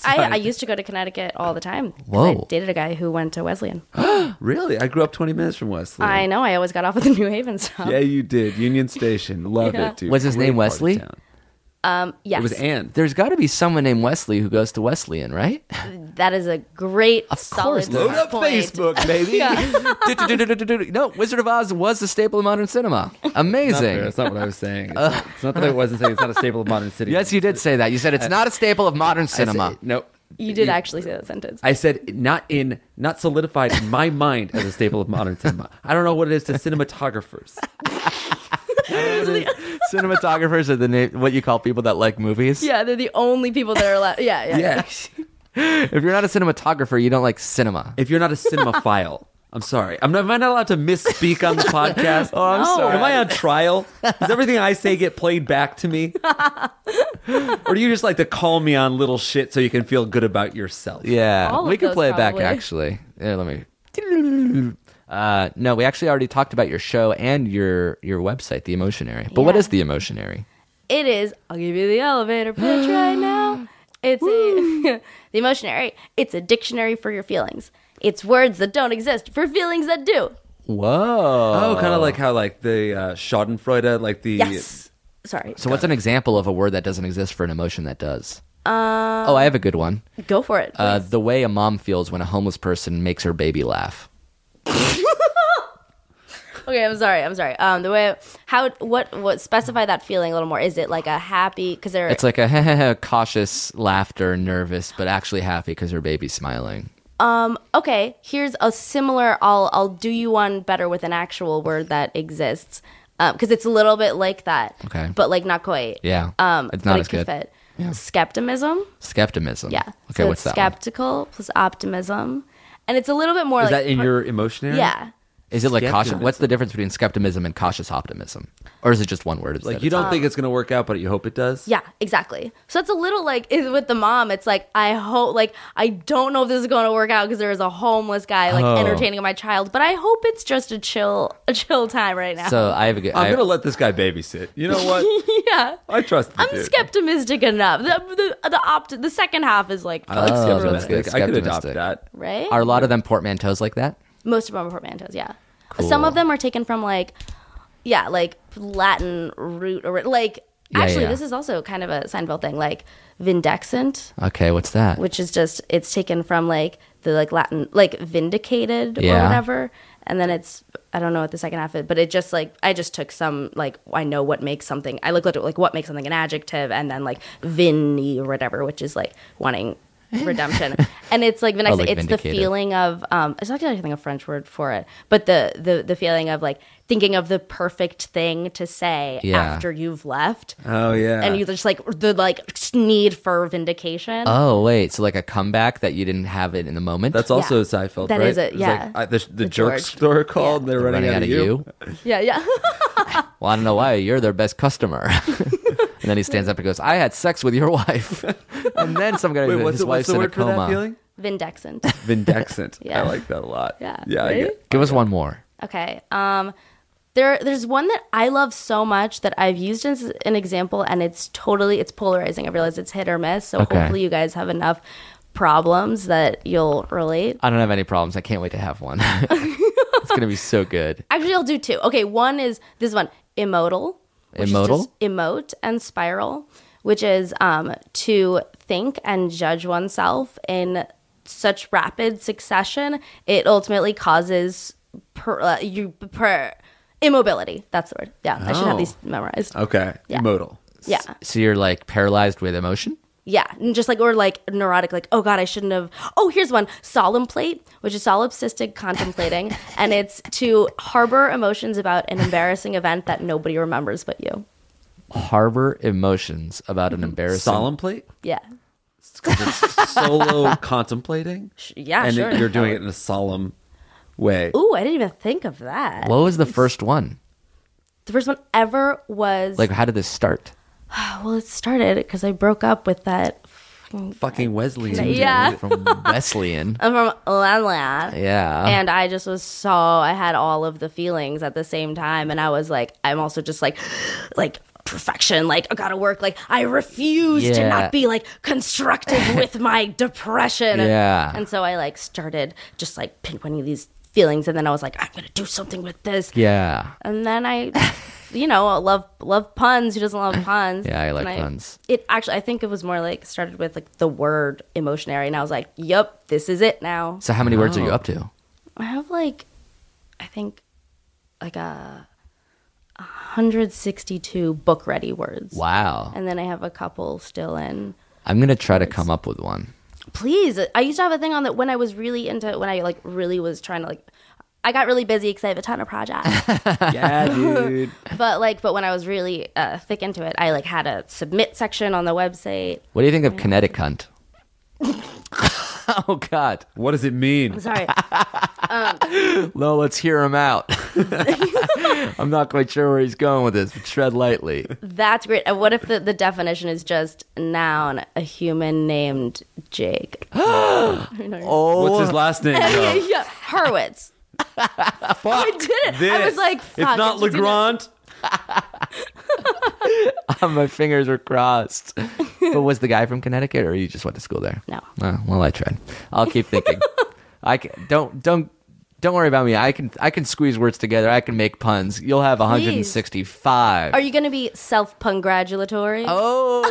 Speaker 5: I, I used to go to Connecticut all the time. 'cause
Speaker 3: Whoa.
Speaker 5: I dated a guy who went to Wesleyan.
Speaker 4: Really? I grew up 20 minutes from Wesley.
Speaker 5: I know. I always got off at the New Haven stop.
Speaker 4: Yeah, you did. Union Station. Love
Speaker 5: Yeah.
Speaker 4: it, dude.
Speaker 3: Was his name
Speaker 4: part of
Speaker 3: Wesley?
Speaker 4: town.
Speaker 5: Yes.
Speaker 4: It was Ann.
Speaker 3: There's got to be someone named Wesley who goes to Wesleyan, right?
Speaker 5: That is a great solid
Speaker 3: course, load
Speaker 4: Load up
Speaker 5: point.
Speaker 4: Facebook, baby.
Speaker 3: no, Wizard of Oz was a staple of modern cinema. Amazing.
Speaker 6: That's not what I was saying. It's, not, Uh, it's not that I wasn't saying it's not a staple of modern city.
Speaker 3: Yes, you did say that. You said it's not a staple of modern cinema.
Speaker 4: no.
Speaker 5: You did actually say that sentence.
Speaker 4: I said not in, not solidified in my mind as a staple of modern cinema. I don't know what it is to cinematographers.
Speaker 3: Cinematographers are the na- what you call people that like movies.
Speaker 5: yeah, they're the only people that are allowed. Yeah, yeah.
Speaker 4: Yeah.
Speaker 3: If you're not a cinematographer, you don't like cinema.
Speaker 4: if you're not a cinemaphile, I'm sorry. I'm not, am I not allowed to misspeak on the podcast? oh, I'm sorry. Am I on trial? Does everything I say get played back to me? or do you just like to call me on little shit so you can feel good about yourself?
Speaker 3: Yeah,
Speaker 5: All
Speaker 3: we
Speaker 5: of
Speaker 3: could
Speaker 5: those
Speaker 3: play it back
Speaker 5: probably.
Speaker 3: actually. Yeah, let me. Uh, no, we actually already talked about your show and your your website, The Emotionary. But what
Speaker 5: Yeah.
Speaker 3: is The Emotionary?
Speaker 5: It is. I'll give you the elevator pitch right now. It's a, the emotionary. It's a dictionary for your feelings. It's words that don't exist for feelings that do.
Speaker 3: Whoa.
Speaker 4: Oh, kind of like how like the uh, Schadenfreude, like the
Speaker 5: Yes. Sorry.
Speaker 3: So what's an example of a word that doesn't exist for an emotion that does?
Speaker 5: Um,
Speaker 3: oh, I have a good one.
Speaker 5: Go for it.
Speaker 3: Uh, the way a mom feels when a homeless person makes her baby laugh.
Speaker 5: okay, I'm sorry. I'm sorry. Um, the way how what what specify that feeling a little more. Is it like a happy? Because they're
Speaker 3: It's like a cautious laughter, nervous, but actually happy because her baby's smiling.
Speaker 5: okay, here's a similar. I'll I'll do you one better with an actual word that exists, because it's a little bit like that.
Speaker 3: Okay.
Speaker 5: but like not quite.
Speaker 3: Yeah,
Speaker 5: um,
Speaker 3: it's not
Speaker 5: but
Speaker 3: as
Speaker 5: it could
Speaker 3: good.
Speaker 5: fit. Skepticism.
Speaker 3: Skepticism.
Speaker 5: Yeah.
Speaker 3: Okay,
Speaker 5: so
Speaker 3: what's
Speaker 5: it's
Speaker 3: that? one?
Speaker 5: Skeptical plus optimism, and it's a little bit more.
Speaker 4: Is
Speaker 5: like
Speaker 4: that in
Speaker 5: per-
Speaker 4: your emotionary?
Speaker 5: Yeah.
Speaker 3: Is it like cautious?
Speaker 4: Skepticism.
Speaker 3: What's the difference between skepticism and cautious optimism? Or is it just one word? instead
Speaker 4: Like
Speaker 3: of
Speaker 4: you don't
Speaker 3: two?
Speaker 4: think it's gonna work out, but you hope it does.
Speaker 5: Yeah, exactly. So it's a little like it- with the mom. It's like I hope, like I don't know if this is going to work out because there is a homeless guy
Speaker 4: Oh.
Speaker 5: like entertaining my child, but I hope it's just a chill, a chill time right now.
Speaker 3: So I have a good.
Speaker 4: I'm
Speaker 3: I-
Speaker 4: gonna let this guy babysit. You know what?
Speaker 5: yeah,
Speaker 4: I trust. The
Speaker 5: I'm
Speaker 4: dude.
Speaker 5: skeptimistic enough. The the the, opt- the second half is like
Speaker 4: I like
Speaker 3: Oh, that's
Speaker 4: skeptimistic.
Speaker 3: good.
Speaker 4: I could adopt
Speaker 3: Skeptimistic.
Speaker 4: that.
Speaker 5: right.
Speaker 3: are a lot of them portmanteaus like that?
Speaker 5: Most of them are portmanteaus. Yeah,
Speaker 3: Cool.
Speaker 5: some of them are taken from like yeah, like Latin root or like
Speaker 3: Yeah,
Speaker 5: actually
Speaker 3: yeah.
Speaker 5: this is also kind of a Seinfeld thing like vindexant.
Speaker 3: Okay, what's that?
Speaker 5: which is just it's taken from like the like Latin like vindicated
Speaker 3: Yeah.
Speaker 5: or whatever. And then it's I don't know what the second half is, but it just like I just took some like I know what makes something I looked at like what makes something an adjective and then like vinny or whatever, which is like wanting redemption. and it's like when I
Speaker 3: Oh,
Speaker 5: say
Speaker 3: like
Speaker 5: it's the
Speaker 3: vindicated.
Speaker 5: feeling of um it's not actually I think a French word for it, but the the the feeling of like thinking of the perfect thing to say
Speaker 3: Yeah.
Speaker 5: after you've left.
Speaker 4: Oh yeah.
Speaker 5: and you just like the like need for vindication.
Speaker 3: Oh wait, so like a comeback that you didn't have it in the moment.
Speaker 4: That's also
Speaker 5: Yeah.
Speaker 4: Seinfeld.
Speaker 5: That
Speaker 4: right?
Speaker 5: is it,
Speaker 4: was
Speaker 5: yeah.
Speaker 4: like, I, the the
Speaker 5: With
Speaker 4: jerk
Speaker 5: George.
Speaker 4: store called. They're running,
Speaker 3: running out of you.
Speaker 5: yeah, yeah.
Speaker 3: Well, I don't know why you're their best customer. and then he stands up and goes, "I had sex with your wife." and then some guy,
Speaker 4: Wait, what's,
Speaker 3: his
Speaker 4: the- what's
Speaker 3: wife's
Speaker 4: the
Speaker 3: in a
Speaker 4: word for
Speaker 3: coma.
Speaker 4: that feeling?
Speaker 5: Vindexant.
Speaker 4: Vindexant.
Speaker 5: Yeah.
Speaker 4: I like that a lot.
Speaker 5: Yeah.
Speaker 4: Yeah. I
Speaker 5: Ready?
Speaker 4: get-
Speaker 3: Give us one more.
Speaker 5: Okay. Um, there, there's one that I love so much that I've used as an example, and it's totally, it's polarizing. I realize it's hit or miss, so
Speaker 3: Okay.
Speaker 5: hopefully you guys have enough problems that you'll relate.
Speaker 3: I don't have any problems. I can't wait to have one. it's gonna be so good.
Speaker 5: Actually, I'll do two. Okay, one is this one, immodal. which is
Speaker 3: Immodal?
Speaker 5: just emote and spiral, which is um, to think and judge oneself in such rapid succession. It ultimately causes per, uh, you per immobility. That's the word. Yeah, I should have these memorized.
Speaker 4: Okay.
Speaker 5: Yeah.
Speaker 4: Modal.
Speaker 5: Yeah,
Speaker 3: So you're like paralyzed with emotion.
Speaker 5: yeah, and just like or like neurotic, like oh god, I shouldn't have. Oh, here's one, solipsate, which is solipsistic contemplating, and it's to harbor emotions about an embarrassing event that nobody remembers but you.
Speaker 3: Harbor emotions about an embarrassing.
Speaker 4: Solemn plate.
Speaker 5: Yeah,
Speaker 4: 'Cause It's solo contemplating.
Speaker 5: Sh- yeah,
Speaker 4: and
Speaker 5: sure.
Speaker 4: it- you're doing it in a solemn way.
Speaker 5: Ooh, I didn't even think of that.
Speaker 3: What was the first one?
Speaker 5: The first one ever was oh,
Speaker 3: Like, how did this start?
Speaker 5: well, it started because I broke up with that.
Speaker 4: Fucking Wesley.
Speaker 5: Yeah.
Speaker 3: From Wesleyan.
Speaker 5: I'm from Atlanta.
Speaker 3: Yeah.
Speaker 5: And I just was so I had all of the feelings at the same time, and I was like, I'm also just like, like perfection, like I gotta work, like I refuse
Speaker 3: Yeah.
Speaker 5: to not be like constructive with my depression.
Speaker 3: Yeah.
Speaker 5: And so I like started just like pinpointing these feelings, and then I was like, I'm gonna do something with this.
Speaker 3: yeah.
Speaker 5: and then I, you know, love love puns. Who doesn't love puns?
Speaker 3: Yeah, I like
Speaker 5: And
Speaker 3: puns.
Speaker 5: It actually, I think it was more like started with like the word emotionary, and I was like, "Yep, this is it now."
Speaker 3: So how many words are you up to?
Speaker 5: I have like, I think, like a 162 book ready words,
Speaker 3: Wow.
Speaker 5: and then I have a couple still in.
Speaker 3: I'm gonna try to come up with one.
Speaker 5: Please, I used to have a thing on that when I was really into when I like really was trying to like. I got really busy because I have a ton of projects.
Speaker 4: Yeah, dude.
Speaker 5: but like but when i was really uh, thick into it i like had a submit section on the website
Speaker 3: What do you think of Connecticut? oh God.
Speaker 4: What does it mean?
Speaker 5: sorry
Speaker 3: No, let's hear him out. I'm not quite sure where he's going with this, but tread lightly.
Speaker 5: that's great and what if the, the definition is just noun a human named jake
Speaker 4: What's his last name?
Speaker 5: yeah,
Speaker 4: though?
Speaker 5: yeah hurwitz Oh, i did it i was
Speaker 4: This.
Speaker 5: like
Speaker 4: it's
Speaker 5: fuck,
Speaker 4: not
Speaker 5: I just did it.
Speaker 4: Legrand.
Speaker 3: Uh, My fingers were crossed. but was the guy from Connecticut, or you just went to school there?
Speaker 5: No.
Speaker 3: Oh, well, I tried. I'll keep thinking. I can, don't don't don't worry about me. I can I can squeeze words together. I can make puns. You'll have 165.
Speaker 5: are you gonna be self-congratulatory
Speaker 3: oh.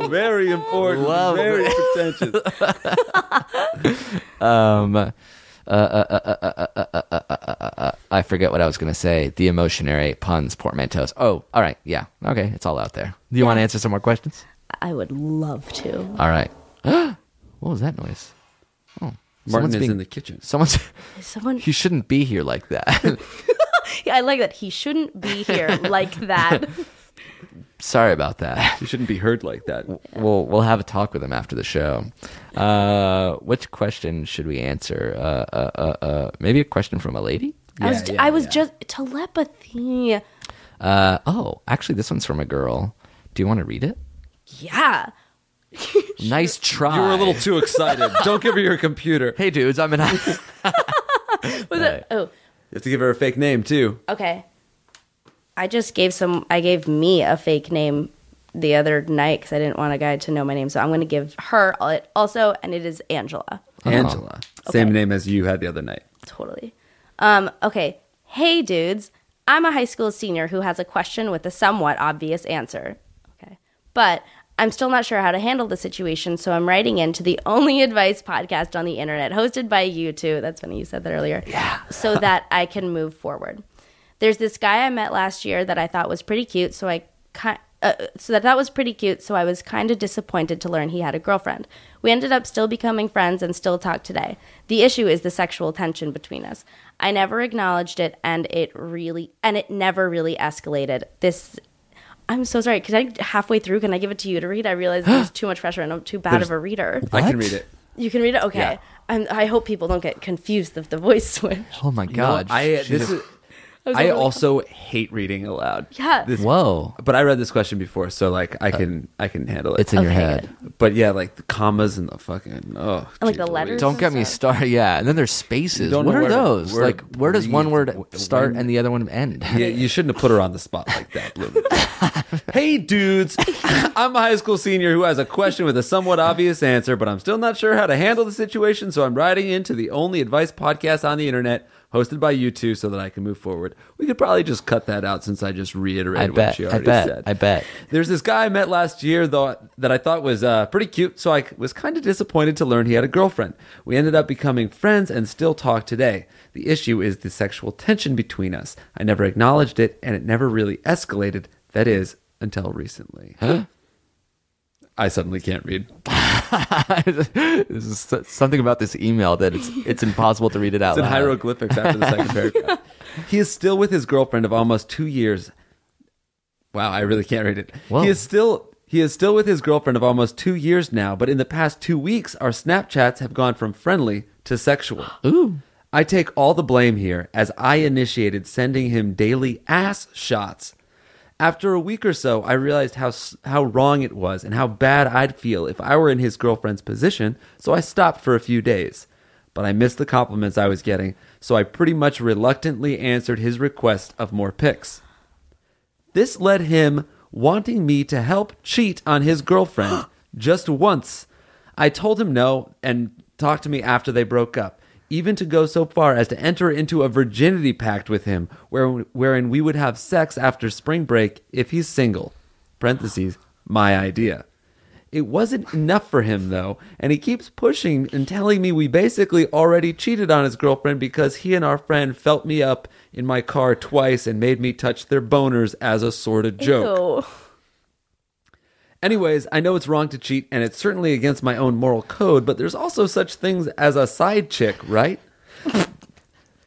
Speaker 4: Oh, very important.
Speaker 3: Love
Speaker 4: very pretentious.
Speaker 3: I forget what I was going to say. The emotionary puns portmanteaus. Oh, all right. Yeah. Okay. It's all out there. Do you want to answer some more questions?
Speaker 5: i would love to
Speaker 3: All right. what was that noise?
Speaker 4: Martin
Speaker 3: Someone's
Speaker 4: is
Speaker 3: being-
Speaker 4: in the kitchen.
Speaker 3: Someone's.
Speaker 5: someone
Speaker 3: He shouldn't be here like that.
Speaker 5: i like that he shouldn't be here like that
Speaker 3: Sorry about that.
Speaker 4: You shouldn't be heard like that.
Speaker 3: We'll we'll have a talk with him after the show. Uh, which question should we answer? Uh, uh, uh, uh, maybe a question from a lady.
Speaker 5: i was, I was just telepathy
Speaker 3: Uh, oh, actually, this one's from a girl. Do you want to read it?
Speaker 5: yeah
Speaker 3: Nice try.
Speaker 4: You were a little too excited. Don't give her your computer.
Speaker 3: Hey, dudes. I'm in.
Speaker 5: oh
Speaker 4: You have to give her a fake name too.
Speaker 5: Okay. I just gave some. I gave me a fake name the other night because I didn't want a guy to know my name. So I'm going to give her it also, and it is Angela.
Speaker 4: Angela. Same name as you had the other night.
Speaker 5: Totally. Um. Okay. Hey, dudes. I'm a high school senior who has a question with a somewhat obvious answer. Okay. But I'm still not sure how to handle the situation, so I'm writing in to the only advice podcast on the internet hosted by you two. That's funny you said that earlier. Yeah. so that I can move forward. There's this guy I met last year that I thought was pretty cute, so I ki- uh, so that that was pretty cute. So I was kind of disappointed to learn he had a girlfriend. We ended up still becoming friends and still talk today. The issue is the sexual tension between us. I never acknowledged it, and it really and it never really escalated. This. I'm so sorry. Could I halfway through? Can I give it to you to read? I realize there's too much pressure, and I'm too bad of a reader.
Speaker 4: I can
Speaker 3: What?
Speaker 4: read it.
Speaker 5: You can read it. Okay.
Speaker 4: Yeah.
Speaker 5: I'm, I hope people don't get confused with the voice switch.
Speaker 3: Oh my
Speaker 4: You know,
Speaker 3: god.
Speaker 4: I this is.
Speaker 5: was
Speaker 4: I
Speaker 5: like,
Speaker 4: also hate reading aloud.
Speaker 5: Yeah.
Speaker 4: This,
Speaker 3: Whoa.
Speaker 4: but I read this question before, so like I can I can handle it.
Speaker 3: It's in your
Speaker 5: Okay,
Speaker 3: head.
Speaker 4: but yeah, like the commas and the fucking oh,
Speaker 5: And,
Speaker 4: geez
Speaker 5: like, the letters.
Speaker 4: Louise.
Speaker 3: Don't get me
Speaker 5: Sounds
Speaker 3: started. Yeah, and then there's spaces.
Speaker 4: don't
Speaker 3: What
Speaker 4: know
Speaker 3: are
Speaker 4: where to-
Speaker 3: those?
Speaker 4: where
Speaker 3: like,
Speaker 4: to
Speaker 3: where does one
Speaker 4: breathe,
Speaker 3: word
Speaker 4: wh-
Speaker 3: start
Speaker 4: when-
Speaker 3: and the other one end?
Speaker 4: Yeah, you shouldn't have put her on the spot like that. Bloom. hey, dudes, I'm a high school senior who has a question with a somewhat obvious answer, but I'm still not sure how to handle the situation, so I'm writing into the only advice podcast on the internet hosted by you two so that I can move forward. We could probably just cut that out since I just
Speaker 3: I
Speaker 4: reiterated what
Speaker 3: bet.
Speaker 4: she
Speaker 3: I
Speaker 4: already
Speaker 3: bet.
Speaker 4: said.
Speaker 3: I bet.
Speaker 4: There's this guy I met last year though that I thought was uh, pretty cute, so I was kind of disappointed to learn he had a girlfriend. We ended up becoming friends and still talk today. The issue is the sexual tension between us. I never acknowledged it, and it never really escalated. That is until recently. I suddenly can't read.
Speaker 3: this is so- something about this email that it's it's impossible to read it out.
Speaker 4: It's in
Speaker 3: loud.
Speaker 4: hieroglyphics after the second paragraph. He is still with his girlfriend of almost two years. Wow, I really can't read it.
Speaker 3: Whoa.
Speaker 4: He is still he is still with his girlfriend of almost two years now, but in the past two weeks, our Snapchats have gone from friendly to sexual. Ooh. I take all the blame here as I initiated sending him daily ass shots. After a week or so, I realized how s- how wrong it was and how bad I'd feel if I were in his girlfriend's position, so I stopped for a few days. But I missed the compliments I was getting, so I pretty much reluctantly answered his request of more pics. This led him wanting me to help cheat on his girlfriend just once. I told him no and talked to me after they broke up, even to go so far as to enter into a virginity pact with him, where, wherein we would have sex after spring break if he's single. Parentheses, my idea. It wasn't enough for him, though, and he keeps pushing and telling me we basically already cheated on his girlfriend because he and our friend felt me up in my car twice and made me touch their boners as a sort of joke.
Speaker 5: Ew.
Speaker 4: Anyways, I know it's wrong to cheat, and it's certainly against my own moral code, but there's also such things as a side chick, right?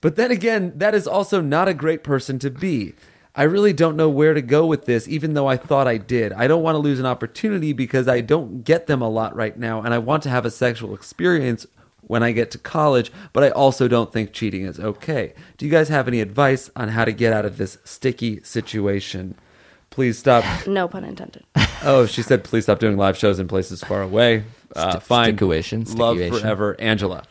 Speaker 4: But then again, that is also not a great person to be. I really don't know where to go with this, even though I thought I did. I don't want to lose an opportunity because I don't get them a lot right now, and I want to have a sexual experience when I get to college, but I also don't think cheating is okay. Do you guys have any advice on how to get out of this sticky situation? Please stop.
Speaker 5: No pun intended.
Speaker 4: Oh, she said, please stop doing live shows in places far away. Uh,
Speaker 3: Sti-
Speaker 4: fine.
Speaker 3: stickuation,
Speaker 4: Love
Speaker 3: stickuation.
Speaker 4: forever, Angela.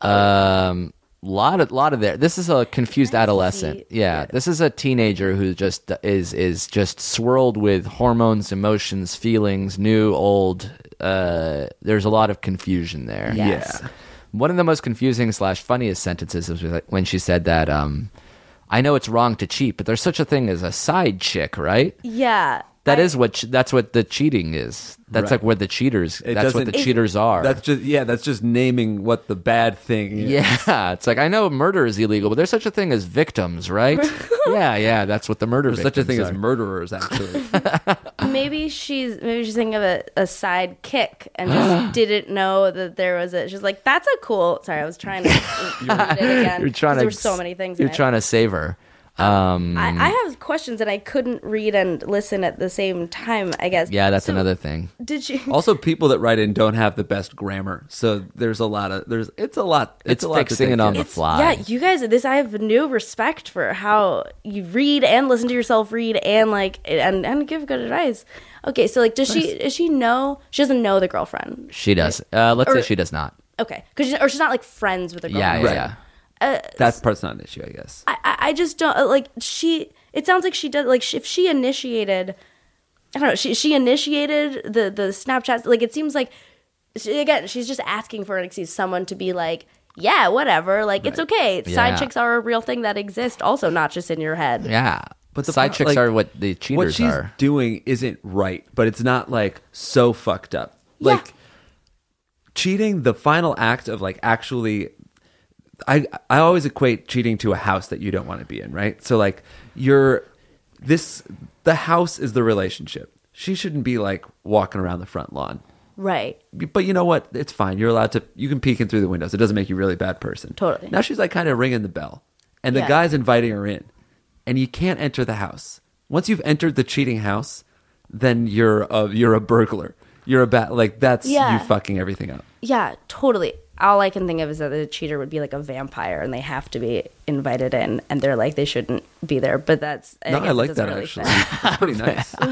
Speaker 3: Um, lot of lot of there. This is a confused adolescent.
Speaker 5: see.
Speaker 3: Yeah, this is a teenager who just is is just swirled with hormones, emotions, feelings, new, old. Uh, there's a lot of confusion there.
Speaker 5: Yes. Yeah.
Speaker 3: One of the most confusing slash funniest sentences was when she said that. Um, I know it's wrong to cheat, but there's such a thing as a side chick, right?
Speaker 5: Yeah.
Speaker 3: That
Speaker 5: I-
Speaker 3: is what that's what the cheating is. That's
Speaker 4: Right.
Speaker 3: like where the cheaters.
Speaker 4: It
Speaker 3: that's what the
Speaker 4: doesn't-
Speaker 3: cheaters are.
Speaker 4: That's just yeah. That's just naming what the bad thing is.
Speaker 3: Yeah, it's like I know murder is illegal, but there's such a thing as victims, right? yeah, yeah, that's what the murder.
Speaker 4: There's such a thing
Speaker 3: victims
Speaker 4: as
Speaker 3: are.
Speaker 4: murderers. Actually,
Speaker 5: Maybe she's maybe she's thinking of a, a side kick and just didn't know that there was a. She's like, that's a cool. Sorry, I was trying to read it again.
Speaker 3: You're trying
Speaker 5: 'cause
Speaker 3: to.
Speaker 5: There were so many things. in
Speaker 3: You're
Speaker 5: it.
Speaker 3: trying to save her. Um,
Speaker 5: I, I have questions that I couldn't read and listen at the same time. I guess.
Speaker 3: yeah, that's
Speaker 5: So,
Speaker 3: another thing.
Speaker 5: Did she?
Speaker 4: also people that write in don't have the best grammar, so there's a lot of there's it's a lot. It's,
Speaker 3: It's
Speaker 4: a lot to
Speaker 3: fixing
Speaker 4: take
Speaker 3: it on
Speaker 4: in.
Speaker 3: the
Speaker 5: It's-
Speaker 3: fly.
Speaker 5: Yeah, you guys, this I have new respect for how you read and listen to yourself read and like and and give good advice. Okay, so like, does she is she know she doesn't know the girlfriend?
Speaker 3: She does. Uh, let's say
Speaker 5: Eh, Or- Oh,
Speaker 3: she does not.
Speaker 5: Okay, because or she's not like friends with the
Speaker 3: Yeah,
Speaker 5: girlfriend.
Speaker 3: yeah,
Speaker 4: Right.
Speaker 3: yeah.
Speaker 4: That part's not an issue, I guess.
Speaker 5: I, I I just don't uh, like she. It sounds like she does like she, if she initiated. I don't know. She she initiated the the Snapchat. Like it seems like she, again she's just asking for an excuse, someone to be like, yeah, whatever. Like it's okay.
Speaker 3: Yeah.
Speaker 5: Side chicks are a real thing that exist, also not just in your head.
Speaker 3: Yeah, but the side
Speaker 4: pro-
Speaker 3: chicks
Speaker 4: like,
Speaker 3: are what the cheaters
Speaker 4: What she's
Speaker 3: are.
Speaker 4: doing isn't right, but it's not like so fucked up. Like cheating, the final act of like actually I I always equate cheating to a house that you don't want to be in, right? So like you're this the house is the relationship. She shouldn't be like walking around the front lawn.
Speaker 5: Right.
Speaker 4: But you know what? It's fine. You're allowed to. You can peek in through the windows. It doesn't make you a really bad person.
Speaker 5: Totally.
Speaker 4: Now she's like kind of ringing the bell, and the
Speaker 5: Yeah.
Speaker 4: guy's inviting her in, and you can't enter the house. Once you've entered the cheating house, then you're a you're a burglar. You're a bat. Like that's
Speaker 5: Yeah.
Speaker 4: you fucking everything up.
Speaker 5: Yeah, totally. All I can think of is that the cheater would be like a vampire and they have to be invited in and they're like they shouldn't be there. But that's
Speaker 4: no,
Speaker 5: guess
Speaker 4: I
Speaker 5: it
Speaker 4: like
Speaker 5: doesn't
Speaker 4: that
Speaker 5: really
Speaker 4: actually.
Speaker 5: fit.
Speaker 4: It's pretty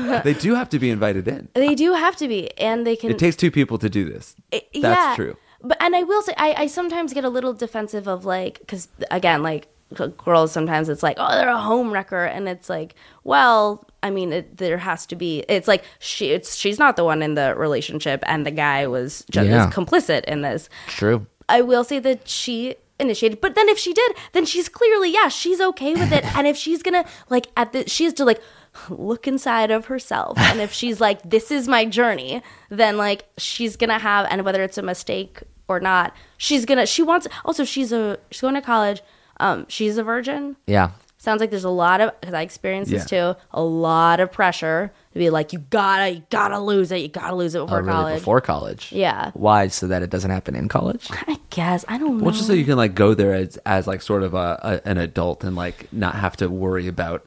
Speaker 4: nice. they do have to be invited in.
Speaker 5: They do have to be and they can
Speaker 4: It takes two people to do this.
Speaker 5: It-
Speaker 4: That's true.
Speaker 5: But and I will say I, I sometimes get a little defensive of like because again like g- girls sometimes it's like oh they're a home wrecker and it's like well I mean it, there has to be it's like she it's she's not the one in the relationship and the guy was just
Speaker 6: Yeah.
Speaker 5: was complicit in this.
Speaker 3: True.
Speaker 5: I will say that she initiated, but then if she did, then she's clearly yeah she's okay with it, and if she's gonna like at the she has to like look inside of herself, and if she's like this is my journey, then like she's gonna have and whether it's a mistake or not, she's gonna she wants also she's a she's going to college, um she's a virgin,
Speaker 3: Yeah.
Speaker 5: Sounds like there's a lot of because I experienced this
Speaker 4: Yeah.
Speaker 5: too. A lot of pressure to be like you gotta you gotta lose it, you gotta lose it
Speaker 3: Oh,
Speaker 5: before
Speaker 3: really?
Speaker 5: college.
Speaker 3: Before college.
Speaker 5: Yeah.
Speaker 3: Why? So that it doesn't happen in college.
Speaker 5: I guess I don't know.
Speaker 4: Well, just so you can like go there as as like sort of a, a an adult and like not have to worry about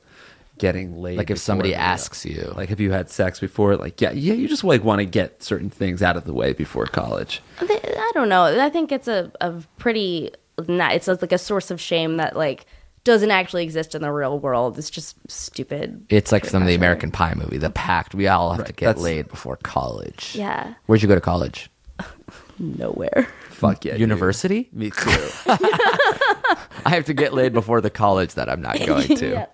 Speaker 4: getting laid.
Speaker 3: Like if
Speaker 4: before
Speaker 3: somebody
Speaker 4: the-
Speaker 3: asks you.
Speaker 4: like have you had sex before? Like yeah, yeah, you just like want to get certain things out of the way before college.
Speaker 5: Th- I don't know. I think it's a, a pretty not. It's like a source of shame that like doesn't actually exist in the real world. It's just stupid.
Speaker 3: It's like from the American Pie movie, The Pact. We all have to get
Speaker 4: that's-
Speaker 3: laid before college.
Speaker 5: Yeah.
Speaker 3: Where'd you go to college?
Speaker 5: Nowhere.
Speaker 4: Fuck yeah, dude.
Speaker 3: University?
Speaker 4: Me too.
Speaker 3: I have to get laid before the college that I'm not going to.
Speaker 5: yeah.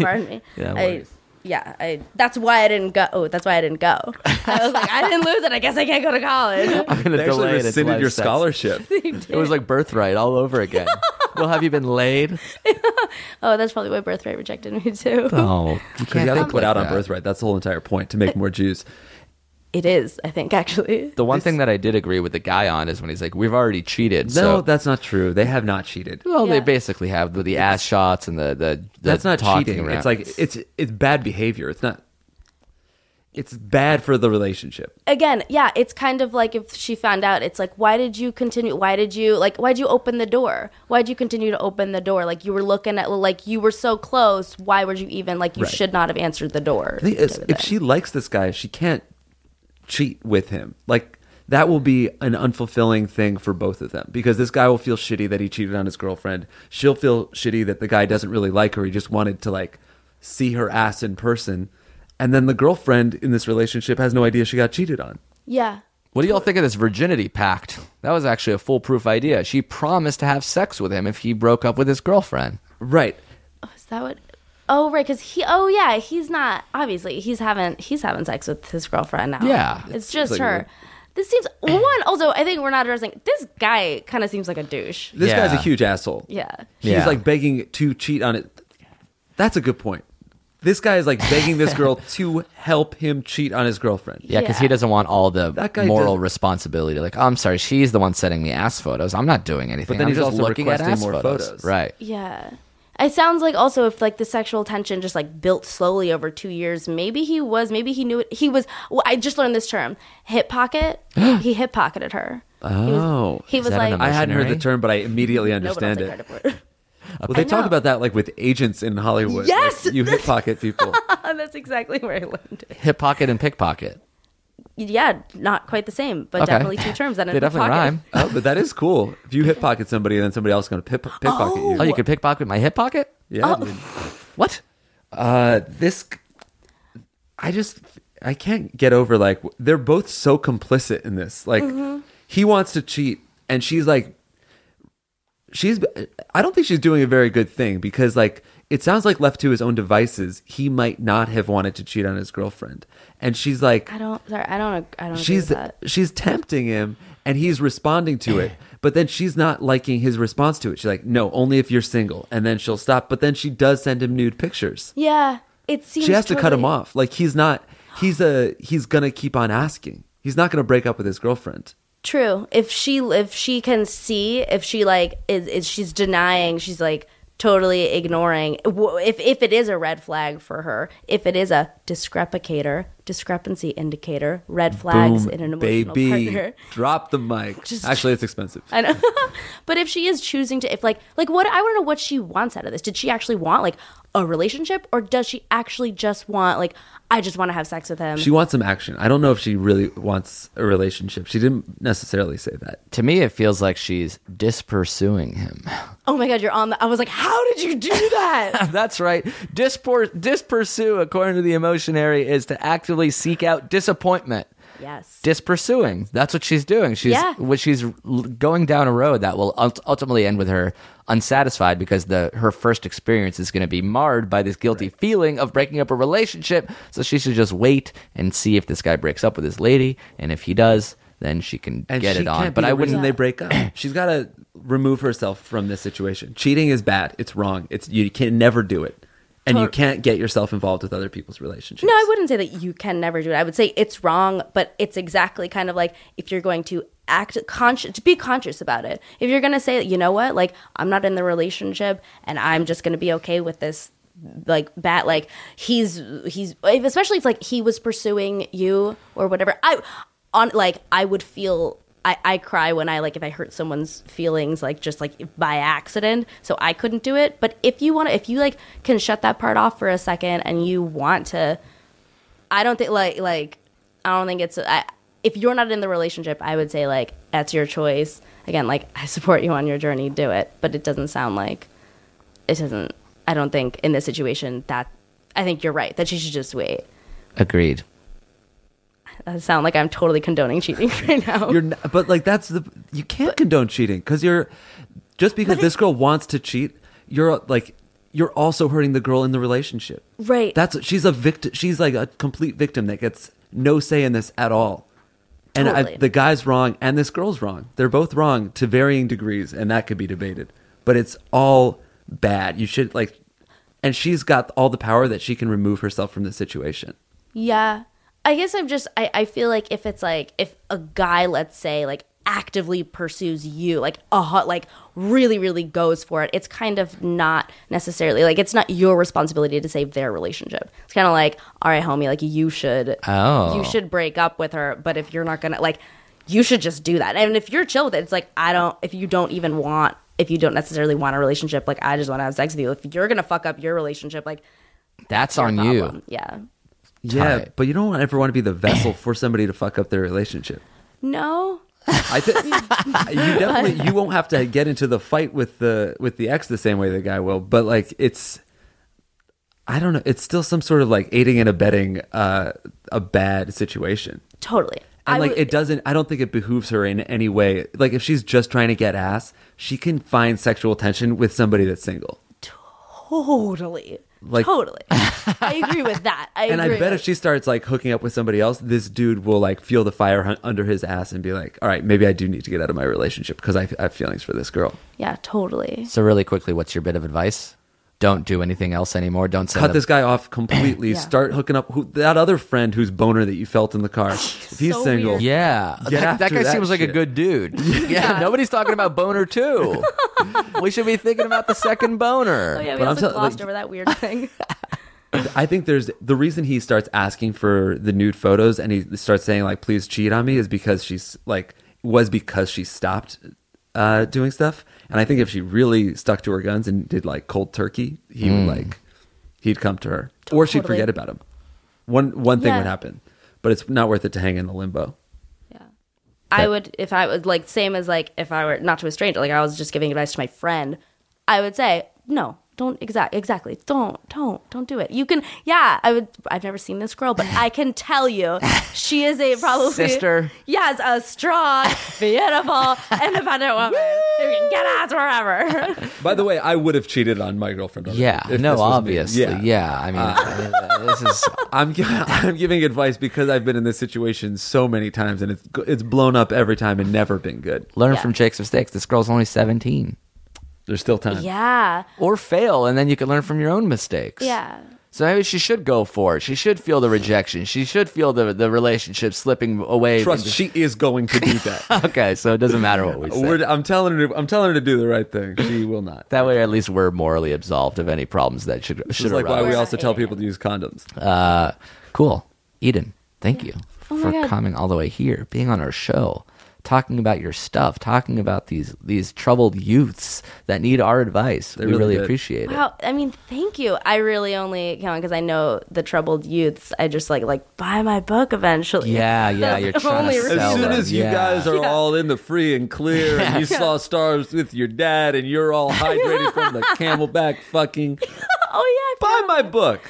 Speaker 5: Pardon me.
Speaker 3: Yeah, no
Speaker 5: I,
Speaker 3: worries.
Speaker 5: yeah. I. That's why I didn't go. Oh, that's why I didn't go. I was like, I didn't lose it. I guess I can't go to college.
Speaker 3: I'm gonna
Speaker 4: they actually
Speaker 3: delay it until
Speaker 4: rescinded
Speaker 3: I have
Speaker 4: your
Speaker 3: sex.
Speaker 4: scholarship.
Speaker 3: It was like birthright all over again. well, have you been laid?
Speaker 5: Oh, that's probably why birthright rejected me too.
Speaker 3: Oh, you
Speaker 4: Because you have to put out on
Speaker 3: birthright.
Speaker 4: birthright. That's the whole entire point to make more Jews.
Speaker 5: It is. I think actually.
Speaker 3: The one thing that I did agree with the guy on is when he's like, "We've already cheated."
Speaker 4: No,
Speaker 3: so.
Speaker 4: that's not true. They have not cheated.
Speaker 3: well, they
Speaker 5: Yeah.
Speaker 3: basically have the, the ass shots and the the, the
Speaker 4: that's not
Speaker 3: talking
Speaker 4: cheating.
Speaker 3: around.
Speaker 4: It's like it's it's bad behavior. It's not. It's bad for the relationship.
Speaker 5: Again, yeah, it's kind of like if she found out, it's like, why did you continue? Why did you, like, why'd you open the door? Why'd you continue to open the door? Like, you were looking at, like, you were so close. Why were you even, like, you
Speaker 4: Right.
Speaker 5: should not have answered the door?
Speaker 4: The thing is,
Speaker 5: type of
Speaker 4: if
Speaker 5: thing.
Speaker 4: she likes this guy, she can't cheat with him. Like that will be an unfulfilling thing for both of them because this guy will feel shitty that he cheated on his girlfriend. She'll feel shitty that the guy doesn't really like her. He just wanted to like see her ass in person. And then the girlfriend in this relationship has no idea she got cheated on.
Speaker 5: yeah.
Speaker 3: what do y'all think of this virginity pact? That was actually a foolproof idea. She promised to have sex with him if he broke up with his girlfriend.
Speaker 4: Right.
Speaker 5: Is that what? Oh, right. Cause he, oh, yeah, he's not, obviously, he's having, he's having sex with his girlfriend now.
Speaker 3: Yeah.
Speaker 5: It's just
Speaker 4: like
Speaker 5: her.
Speaker 4: weird.
Speaker 5: This seems, one, also, I think we're not addressing, this guy kind of seems like a douche.
Speaker 4: This guy's a
Speaker 3: Yeah.
Speaker 4: huge asshole.
Speaker 5: Yeah.
Speaker 4: He's
Speaker 3: Yeah.
Speaker 4: like begging to cheat on it. That's a good point. This guy is like begging this girl to help him cheat on his girlfriend.
Speaker 3: Yeah, because
Speaker 5: Yeah.
Speaker 3: he doesn't want all the
Speaker 4: That guy
Speaker 3: moral
Speaker 4: does-
Speaker 3: responsibility. Like, I'm sorry, she's the one sending me ass photos. I'm not doing anything.
Speaker 4: But then
Speaker 3: I'm
Speaker 4: he's
Speaker 3: just
Speaker 4: also
Speaker 3: looking at
Speaker 4: requesting
Speaker 3: ass
Speaker 4: more
Speaker 3: photos.
Speaker 4: photos.
Speaker 3: Right.
Speaker 5: Yeah. It sounds like also if like the sexual tension just like built slowly over two years, maybe he was, maybe he knew it. He was. Well, I just learned this term, hip pocket. he hip pocketed her.
Speaker 4: Oh.
Speaker 5: He
Speaker 3: Is
Speaker 5: was
Speaker 3: that an
Speaker 5: like,
Speaker 4: I hadn't heard the
Speaker 3: Imaginary?
Speaker 4: term, but I immediately
Speaker 5: no one
Speaker 4: understand
Speaker 5: else had
Speaker 4: it.
Speaker 5: credit for it.
Speaker 4: Well, they
Speaker 5: I
Speaker 4: talk
Speaker 5: know.
Speaker 4: about that like with agents in Hollywood. Like,
Speaker 5: Yes!
Speaker 4: you hip pocket people.
Speaker 5: And that's exactly where I learned it.
Speaker 3: Hip pocket and pickpocket.
Speaker 5: Yeah, not quite the same, but
Speaker 3: Okay.
Speaker 5: definitely two terms. That
Speaker 3: They definitely rhyme.
Speaker 4: oh, but that is cool. If you hip pocket somebody, then somebody else is going to pip- pickpocket
Speaker 3: Oh,
Speaker 4: you.
Speaker 3: you could pickpocket my hip pocket?
Speaker 4: Yeah.
Speaker 5: Oh.
Speaker 4: dude.
Speaker 3: What?
Speaker 4: Uh, this, I just, I can't get over like they're both so complicit in this. Like he wants to cheat, and she's like, she's. I don't think she's doing a very good thing because like it sounds like left to his own devices, he might not have wanted to cheat on his girlfriend, and she's like,
Speaker 5: I don't. Sorry, I don't. I don't. She's.
Speaker 4: she's
Speaker 5: That.
Speaker 4: she's tempting him and he's responding to it but then she's not liking his response to it she's like no only if you're single and then she'll stop but then she does send him nude pictures
Speaker 5: Yeah, it seems.
Speaker 4: she has to cut him
Speaker 5: totally-
Speaker 4: off like he's not he's a he's gonna keep on asking he's not gonna break up with his girlfriend
Speaker 5: True. If she if she can see if she like is, is she's denying she's like totally ignoring w- if if it is a red flag for her, if it is a discrepicator, discrepancy indicator, red flags in an emotional
Speaker 4: baby.
Speaker 5: partner.
Speaker 4: Drop the mic. Actually, it's expensive.
Speaker 5: I know. but if she is choosing to, if like, like what, I want to know what she wants out of this. Did she actually want like a relationship or does she actually just want, like, I just want to have sex with him?
Speaker 4: She wants some action. I don't know if she really wants a relationship. She didn't necessarily say that.
Speaker 3: To me, it feels like she's dispursuing him.
Speaker 5: oh my God, you're on the, I was like, how did you do that?
Speaker 3: That's right. Dispor- dispursue, according to the emotionary, is to actively seek out disappointment.
Speaker 5: yes.
Speaker 3: Dispursuing. That's what she's doing. She's
Speaker 5: Yeah.
Speaker 3: what she's l- going down a road that will ult- ultimately end with her unsatisfied because the her first experience is going to be marred by this guilty feeling of breaking up a relationship. So she should just wait and see if this guy breaks up with his lady, and if he does, then she can
Speaker 4: And
Speaker 3: get
Speaker 4: she
Speaker 3: it on.
Speaker 4: can't
Speaker 3: But
Speaker 4: be the
Speaker 3: I wouldn't.
Speaker 4: reason They break up. She's got to remove herself from this situation. Cheating is bad. It's wrong. It's you can never do it, and you
Speaker 5: Tot-
Speaker 4: can't get yourself involved with other people's relationships.
Speaker 5: No, I wouldn't say that you can never do it. I would say it's wrong, but it's exactly kind of like if you're going to act conscious, be conscious about it. If you're going to say, you know what, like I'm not in the relationship and I'm just going to be okay with this like bat like he's he's if- especially if like he was pursuing you or whatever i on like i would feel I, I cry when i like if i hurt someone's feelings like just like by accident so i couldn't do it but if you want to if you like can shut that part off for a second and you want to I don't think like like I don't think it's I, if you're not in the relationship, I would say like that's your choice. Again, like I support you on your journey, do it. But it doesn't sound like it doesn't. I don't think in this situation that I think you're right that she should just wait.
Speaker 3: Agreed.
Speaker 5: I sound like I'm totally condoning cheating right now.
Speaker 4: You're, n- but like that's the you can't condone cheating because you're just because this girl wants to cheat. You're like you're also hurting the girl in the relationship.
Speaker 5: Right.
Speaker 4: That's she's a victim. She's like a complete victim that gets no say in this at all. And I,
Speaker 5: Totally.
Speaker 4: the guy's wrong, and this girl's wrong. They're both wrong to varying degrees, and that could be debated. But it's all bad. You should like, and she's got all the power that she can remove herself from the situation.
Speaker 5: Yeah. I guess I'm just I, I feel like if it's like if a guy, let's say, like actively pursues you, like a hot like really, really goes for it, it's kind of not necessarily like it's not your responsibility to save their relationship. It's kinda like, all right, homie, like you should
Speaker 3: Oh.
Speaker 5: you should break up with her, but if you're not gonna like you should just do that. And if you're chill with it, it's like I don't if you don't even want if you don't necessarily want a relationship, like I just want to have sex with you. If you're gonna fuck up your relationship, like
Speaker 3: That's on you.
Speaker 5: problem. Yeah.
Speaker 4: Yeah,
Speaker 3: Tight.
Speaker 4: but you don't ever want to be the vessel for somebody to fuck up their relationship.
Speaker 5: No.
Speaker 4: I think you definitely you won't have to get into the fight with the with the ex the same way the guy will, but like it's I don't know, it's still some sort of like aiding and abetting uh, a bad situation.
Speaker 5: Totally.
Speaker 4: And
Speaker 5: I
Speaker 4: like
Speaker 5: would-
Speaker 4: it doesn't I don't think it behooves her in any way. Like if she's just trying to get ass, she can find sexual tension with somebody that's single.
Speaker 5: totally,
Speaker 4: Like-
Speaker 5: totally. I agree with that. I
Speaker 4: And I
Speaker 5: agree
Speaker 4: bet
Speaker 5: with-
Speaker 4: if she starts like hooking up with somebody else, this dude will like feel the fire hun- under his ass and be like, "All right, maybe I do need to get out of my relationship because I, I have feelings for this girl."
Speaker 5: yeah, totally.
Speaker 3: So, really quickly, what's your bit of advice? Don't do anything else anymore. Don't send
Speaker 4: cut
Speaker 3: a-
Speaker 4: this guy off completely.
Speaker 5: Yeah.
Speaker 4: Start hooking up who, that other friend whose boner that you felt in the car. If he's
Speaker 5: So
Speaker 4: single,
Speaker 5: weird.
Speaker 3: Yeah,
Speaker 4: Get
Speaker 3: that, that
Speaker 4: after
Speaker 3: guy
Speaker 4: that
Speaker 3: seems like a
Speaker 4: shit.
Speaker 3: good dude. Yeah. nobody's talking about boner too. we should be thinking about the second boner.
Speaker 5: Oh yeah, we
Speaker 4: But I'm
Speaker 5: also
Speaker 4: tell-
Speaker 5: glossed
Speaker 4: like-
Speaker 5: over that weird thing.
Speaker 4: I think there's the reason he starts asking for the nude photos and he starts saying like, "Please cheat on me," is because she's like was because she stopped uh, doing stuff. And I think if she really stuck to her guns and did like cold turkey, he would like he'd come to her, or she'd
Speaker 5: Mm. Totally.
Speaker 4: forget about him. One one thing
Speaker 5: Yeah.
Speaker 4: would happen, but it's not worth it to hang in the limbo.
Speaker 5: yeah, I would if I was like same as like if I were not to a stranger, like I was just giving advice to my friend, I would say no. Don't exact exactly. Don't don't don't do it. You can yeah. I would. I've never seen this girl, but I can tell you, she is a probably
Speaker 3: Sister.
Speaker 5: Yes, a strong, beautiful, independent woman who can get ass wherever.
Speaker 4: By the way, I would have cheated on my girlfriend. already,
Speaker 3: Yeah,
Speaker 4: if
Speaker 3: no,
Speaker 4: this was me. Uh,
Speaker 3: obviously. Yeah. I mean, uh, this is
Speaker 4: I'm gi- I'm giving advice because I've been in this situation so many times, and it's go- it's blown up every time and never been good.
Speaker 3: learn
Speaker 5: Yeah.
Speaker 3: from Jake's mistakes. This girl's only seventeen,
Speaker 4: There's still time.
Speaker 5: Yeah.
Speaker 3: or fail, and then you can learn from your own mistakes.
Speaker 5: Yeah.
Speaker 3: So maybe she should go for it. She should feel the rejection. She should feel the the relationship slipping away.
Speaker 4: Trust, she is going to do that.
Speaker 3: Okay, so it doesn't matter what we say.
Speaker 4: We're, I'm telling her. To, I'm telling her to do the right thing. She will not.
Speaker 3: that way, at least we're morally absolved of any problems that should
Speaker 4: This
Speaker 3: should
Speaker 4: is like why
Speaker 3: arise.
Speaker 4: we also tell people to use condoms.
Speaker 3: Uh, cool. Eden, thank you
Speaker 5: Oh my
Speaker 3: for
Speaker 5: God.
Speaker 3: coming all the way here, being on our show, talking about your stuff, talking about these these troubled youths that need our advice. we
Speaker 4: really
Speaker 3: really
Speaker 4: did.
Speaker 3: appreciate it.
Speaker 5: Wow, I mean, thank you. I really only count because I know the troubled youths. I just like like buy my book eventually.
Speaker 3: Yeah, yeah,
Speaker 5: That's
Speaker 3: you're
Speaker 5: the
Speaker 3: trying
Speaker 5: only
Speaker 3: to
Speaker 5: reason.
Speaker 3: sell
Speaker 4: As soon
Speaker 3: them.
Speaker 4: as you
Speaker 3: Yeah.
Speaker 4: guys are all in the free and clear, and you saw stars with your dad, and you're all hydrated from the Camelback fucking,
Speaker 5: Oh yeah, I
Speaker 4: buy
Speaker 5: forgot.
Speaker 4: my book.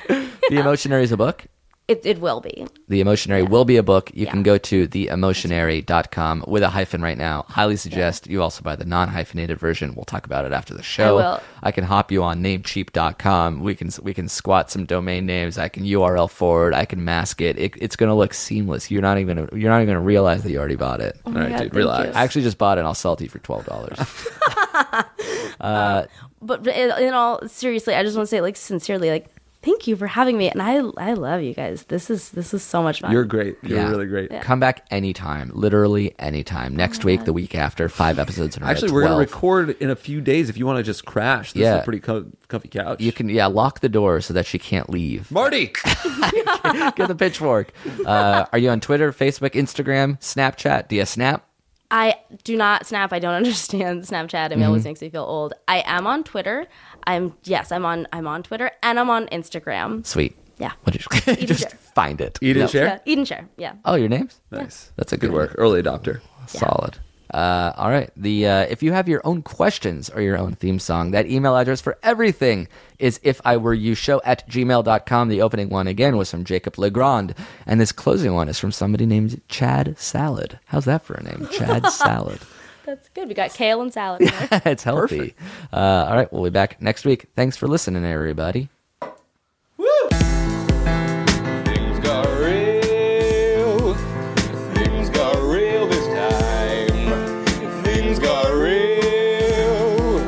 Speaker 3: The Emotionary is a book.
Speaker 5: it it will be.
Speaker 3: The Emotionary will be a book. You can
Speaker 5: Yeah.
Speaker 3: go to theemotionary.com with a hyphen right now. Highly suggest you also buy the non hyphenated version. We'll talk about it after the show.
Speaker 5: will.
Speaker 3: can hop you on namecheap.com. We can we can squat some domain names. I can URL forward. I can mask it. it it's going to look seamless. You're not even you're not even going to realize that you already bought it.
Speaker 5: Oh my
Speaker 4: All right,
Speaker 5: God,
Speaker 4: dude,
Speaker 5: thank
Speaker 4: relax.
Speaker 5: you.
Speaker 3: I actually just bought it and I'll sell it to you for $12.
Speaker 5: But in in all seriously, I just want to say like sincerely like thank you for having me, and I I love you guys. This is this is so much fun.
Speaker 4: You're great. You're
Speaker 3: Yeah.
Speaker 4: really great.
Speaker 3: Come back anytime, literally anytime.
Speaker 5: Oh
Speaker 3: Next week, the week after, five episodes in a row,
Speaker 4: Actually, we're gonna
Speaker 3: 12.
Speaker 4: record in a few days. If you want to just crash, this is
Speaker 3: Yeah.
Speaker 4: a pretty com- comfy couch.
Speaker 3: You can yeah, lock the door so that she can't leave.
Speaker 4: Marty.
Speaker 3: Get the pitchfork. Uh, are you on Twitter, Facebook, Instagram, Snapchat? Do you snap?
Speaker 5: I do not snap. I don't understand Snapchat. I mean, it
Speaker 4: Mm-hmm.
Speaker 5: always makes me feel old. I am on Twitter. I'm yes, I'm on I'm on Twitter and I'm on Instagram.
Speaker 3: Sweet.
Speaker 5: Yeah.
Speaker 3: What did you, just
Speaker 5: share.
Speaker 3: find it.
Speaker 4: Eat and
Speaker 3: No.
Speaker 4: share.
Speaker 5: Yeah, Eat and share. Yeah.
Speaker 3: Oh, your names?
Speaker 4: Nice.
Speaker 3: That's a
Speaker 4: Good
Speaker 3: good
Speaker 4: work. Early adopter.
Speaker 3: Solid. Uh, all right. The uh, if you have your own questions or your own theme song, that email address for everything is if I were you show at gmail.com. The opening one again was from Jacob Legrand, and this closing one is from somebody named Chad Salad. How's that for a name? Chad Salad.
Speaker 5: That's good. We got kale and salad. in there.
Speaker 3: it's healthy. Uh, all right, we'll be back next week. Thanks for listening, everybody.
Speaker 2: Things got real. Things got real this time. Things got real.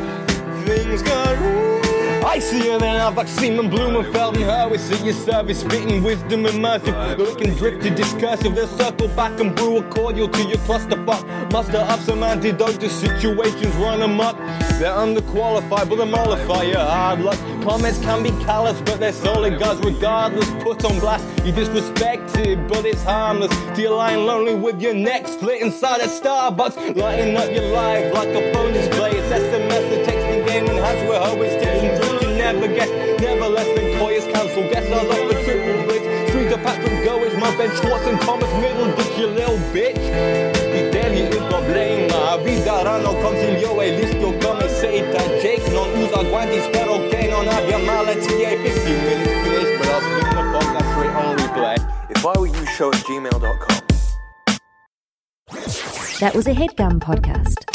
Speaker 2: Things got real. I see her and I've seen them Blumenfeld and Harvey. See your service, spitting wisdom and mercy. Looking drifted, discursive. They'll circle back and brew a cordial to your clusterfuck. Muster up some antidote to situations, run them up. They're underqualified, but they mollify your hard luck. Comments can be callous, but they're solid guys regardless. Put on blast, you disrespected, but it's harmless. Do you lying lonely with your neck split inside a Starbucks? Lighting up your life like a phone display. It's SMS, the texting game, and hands we're always texting. Drinking never guess, never less than Coyer's counsel. Guess I was off the triple blitz. Streets of Patrick Goers, my Ben Schwartz and Thomas Middleditch, you little bitch. Ti devi un problema, vi daranno consiglio e visto come sei da Jake Non usa guanti, spero che non abbia male TA 50 minutes finished, but I'll spin the podcast straight on replay If I were you, show at gmail.com
Speaker 1: That was a headgum podcast.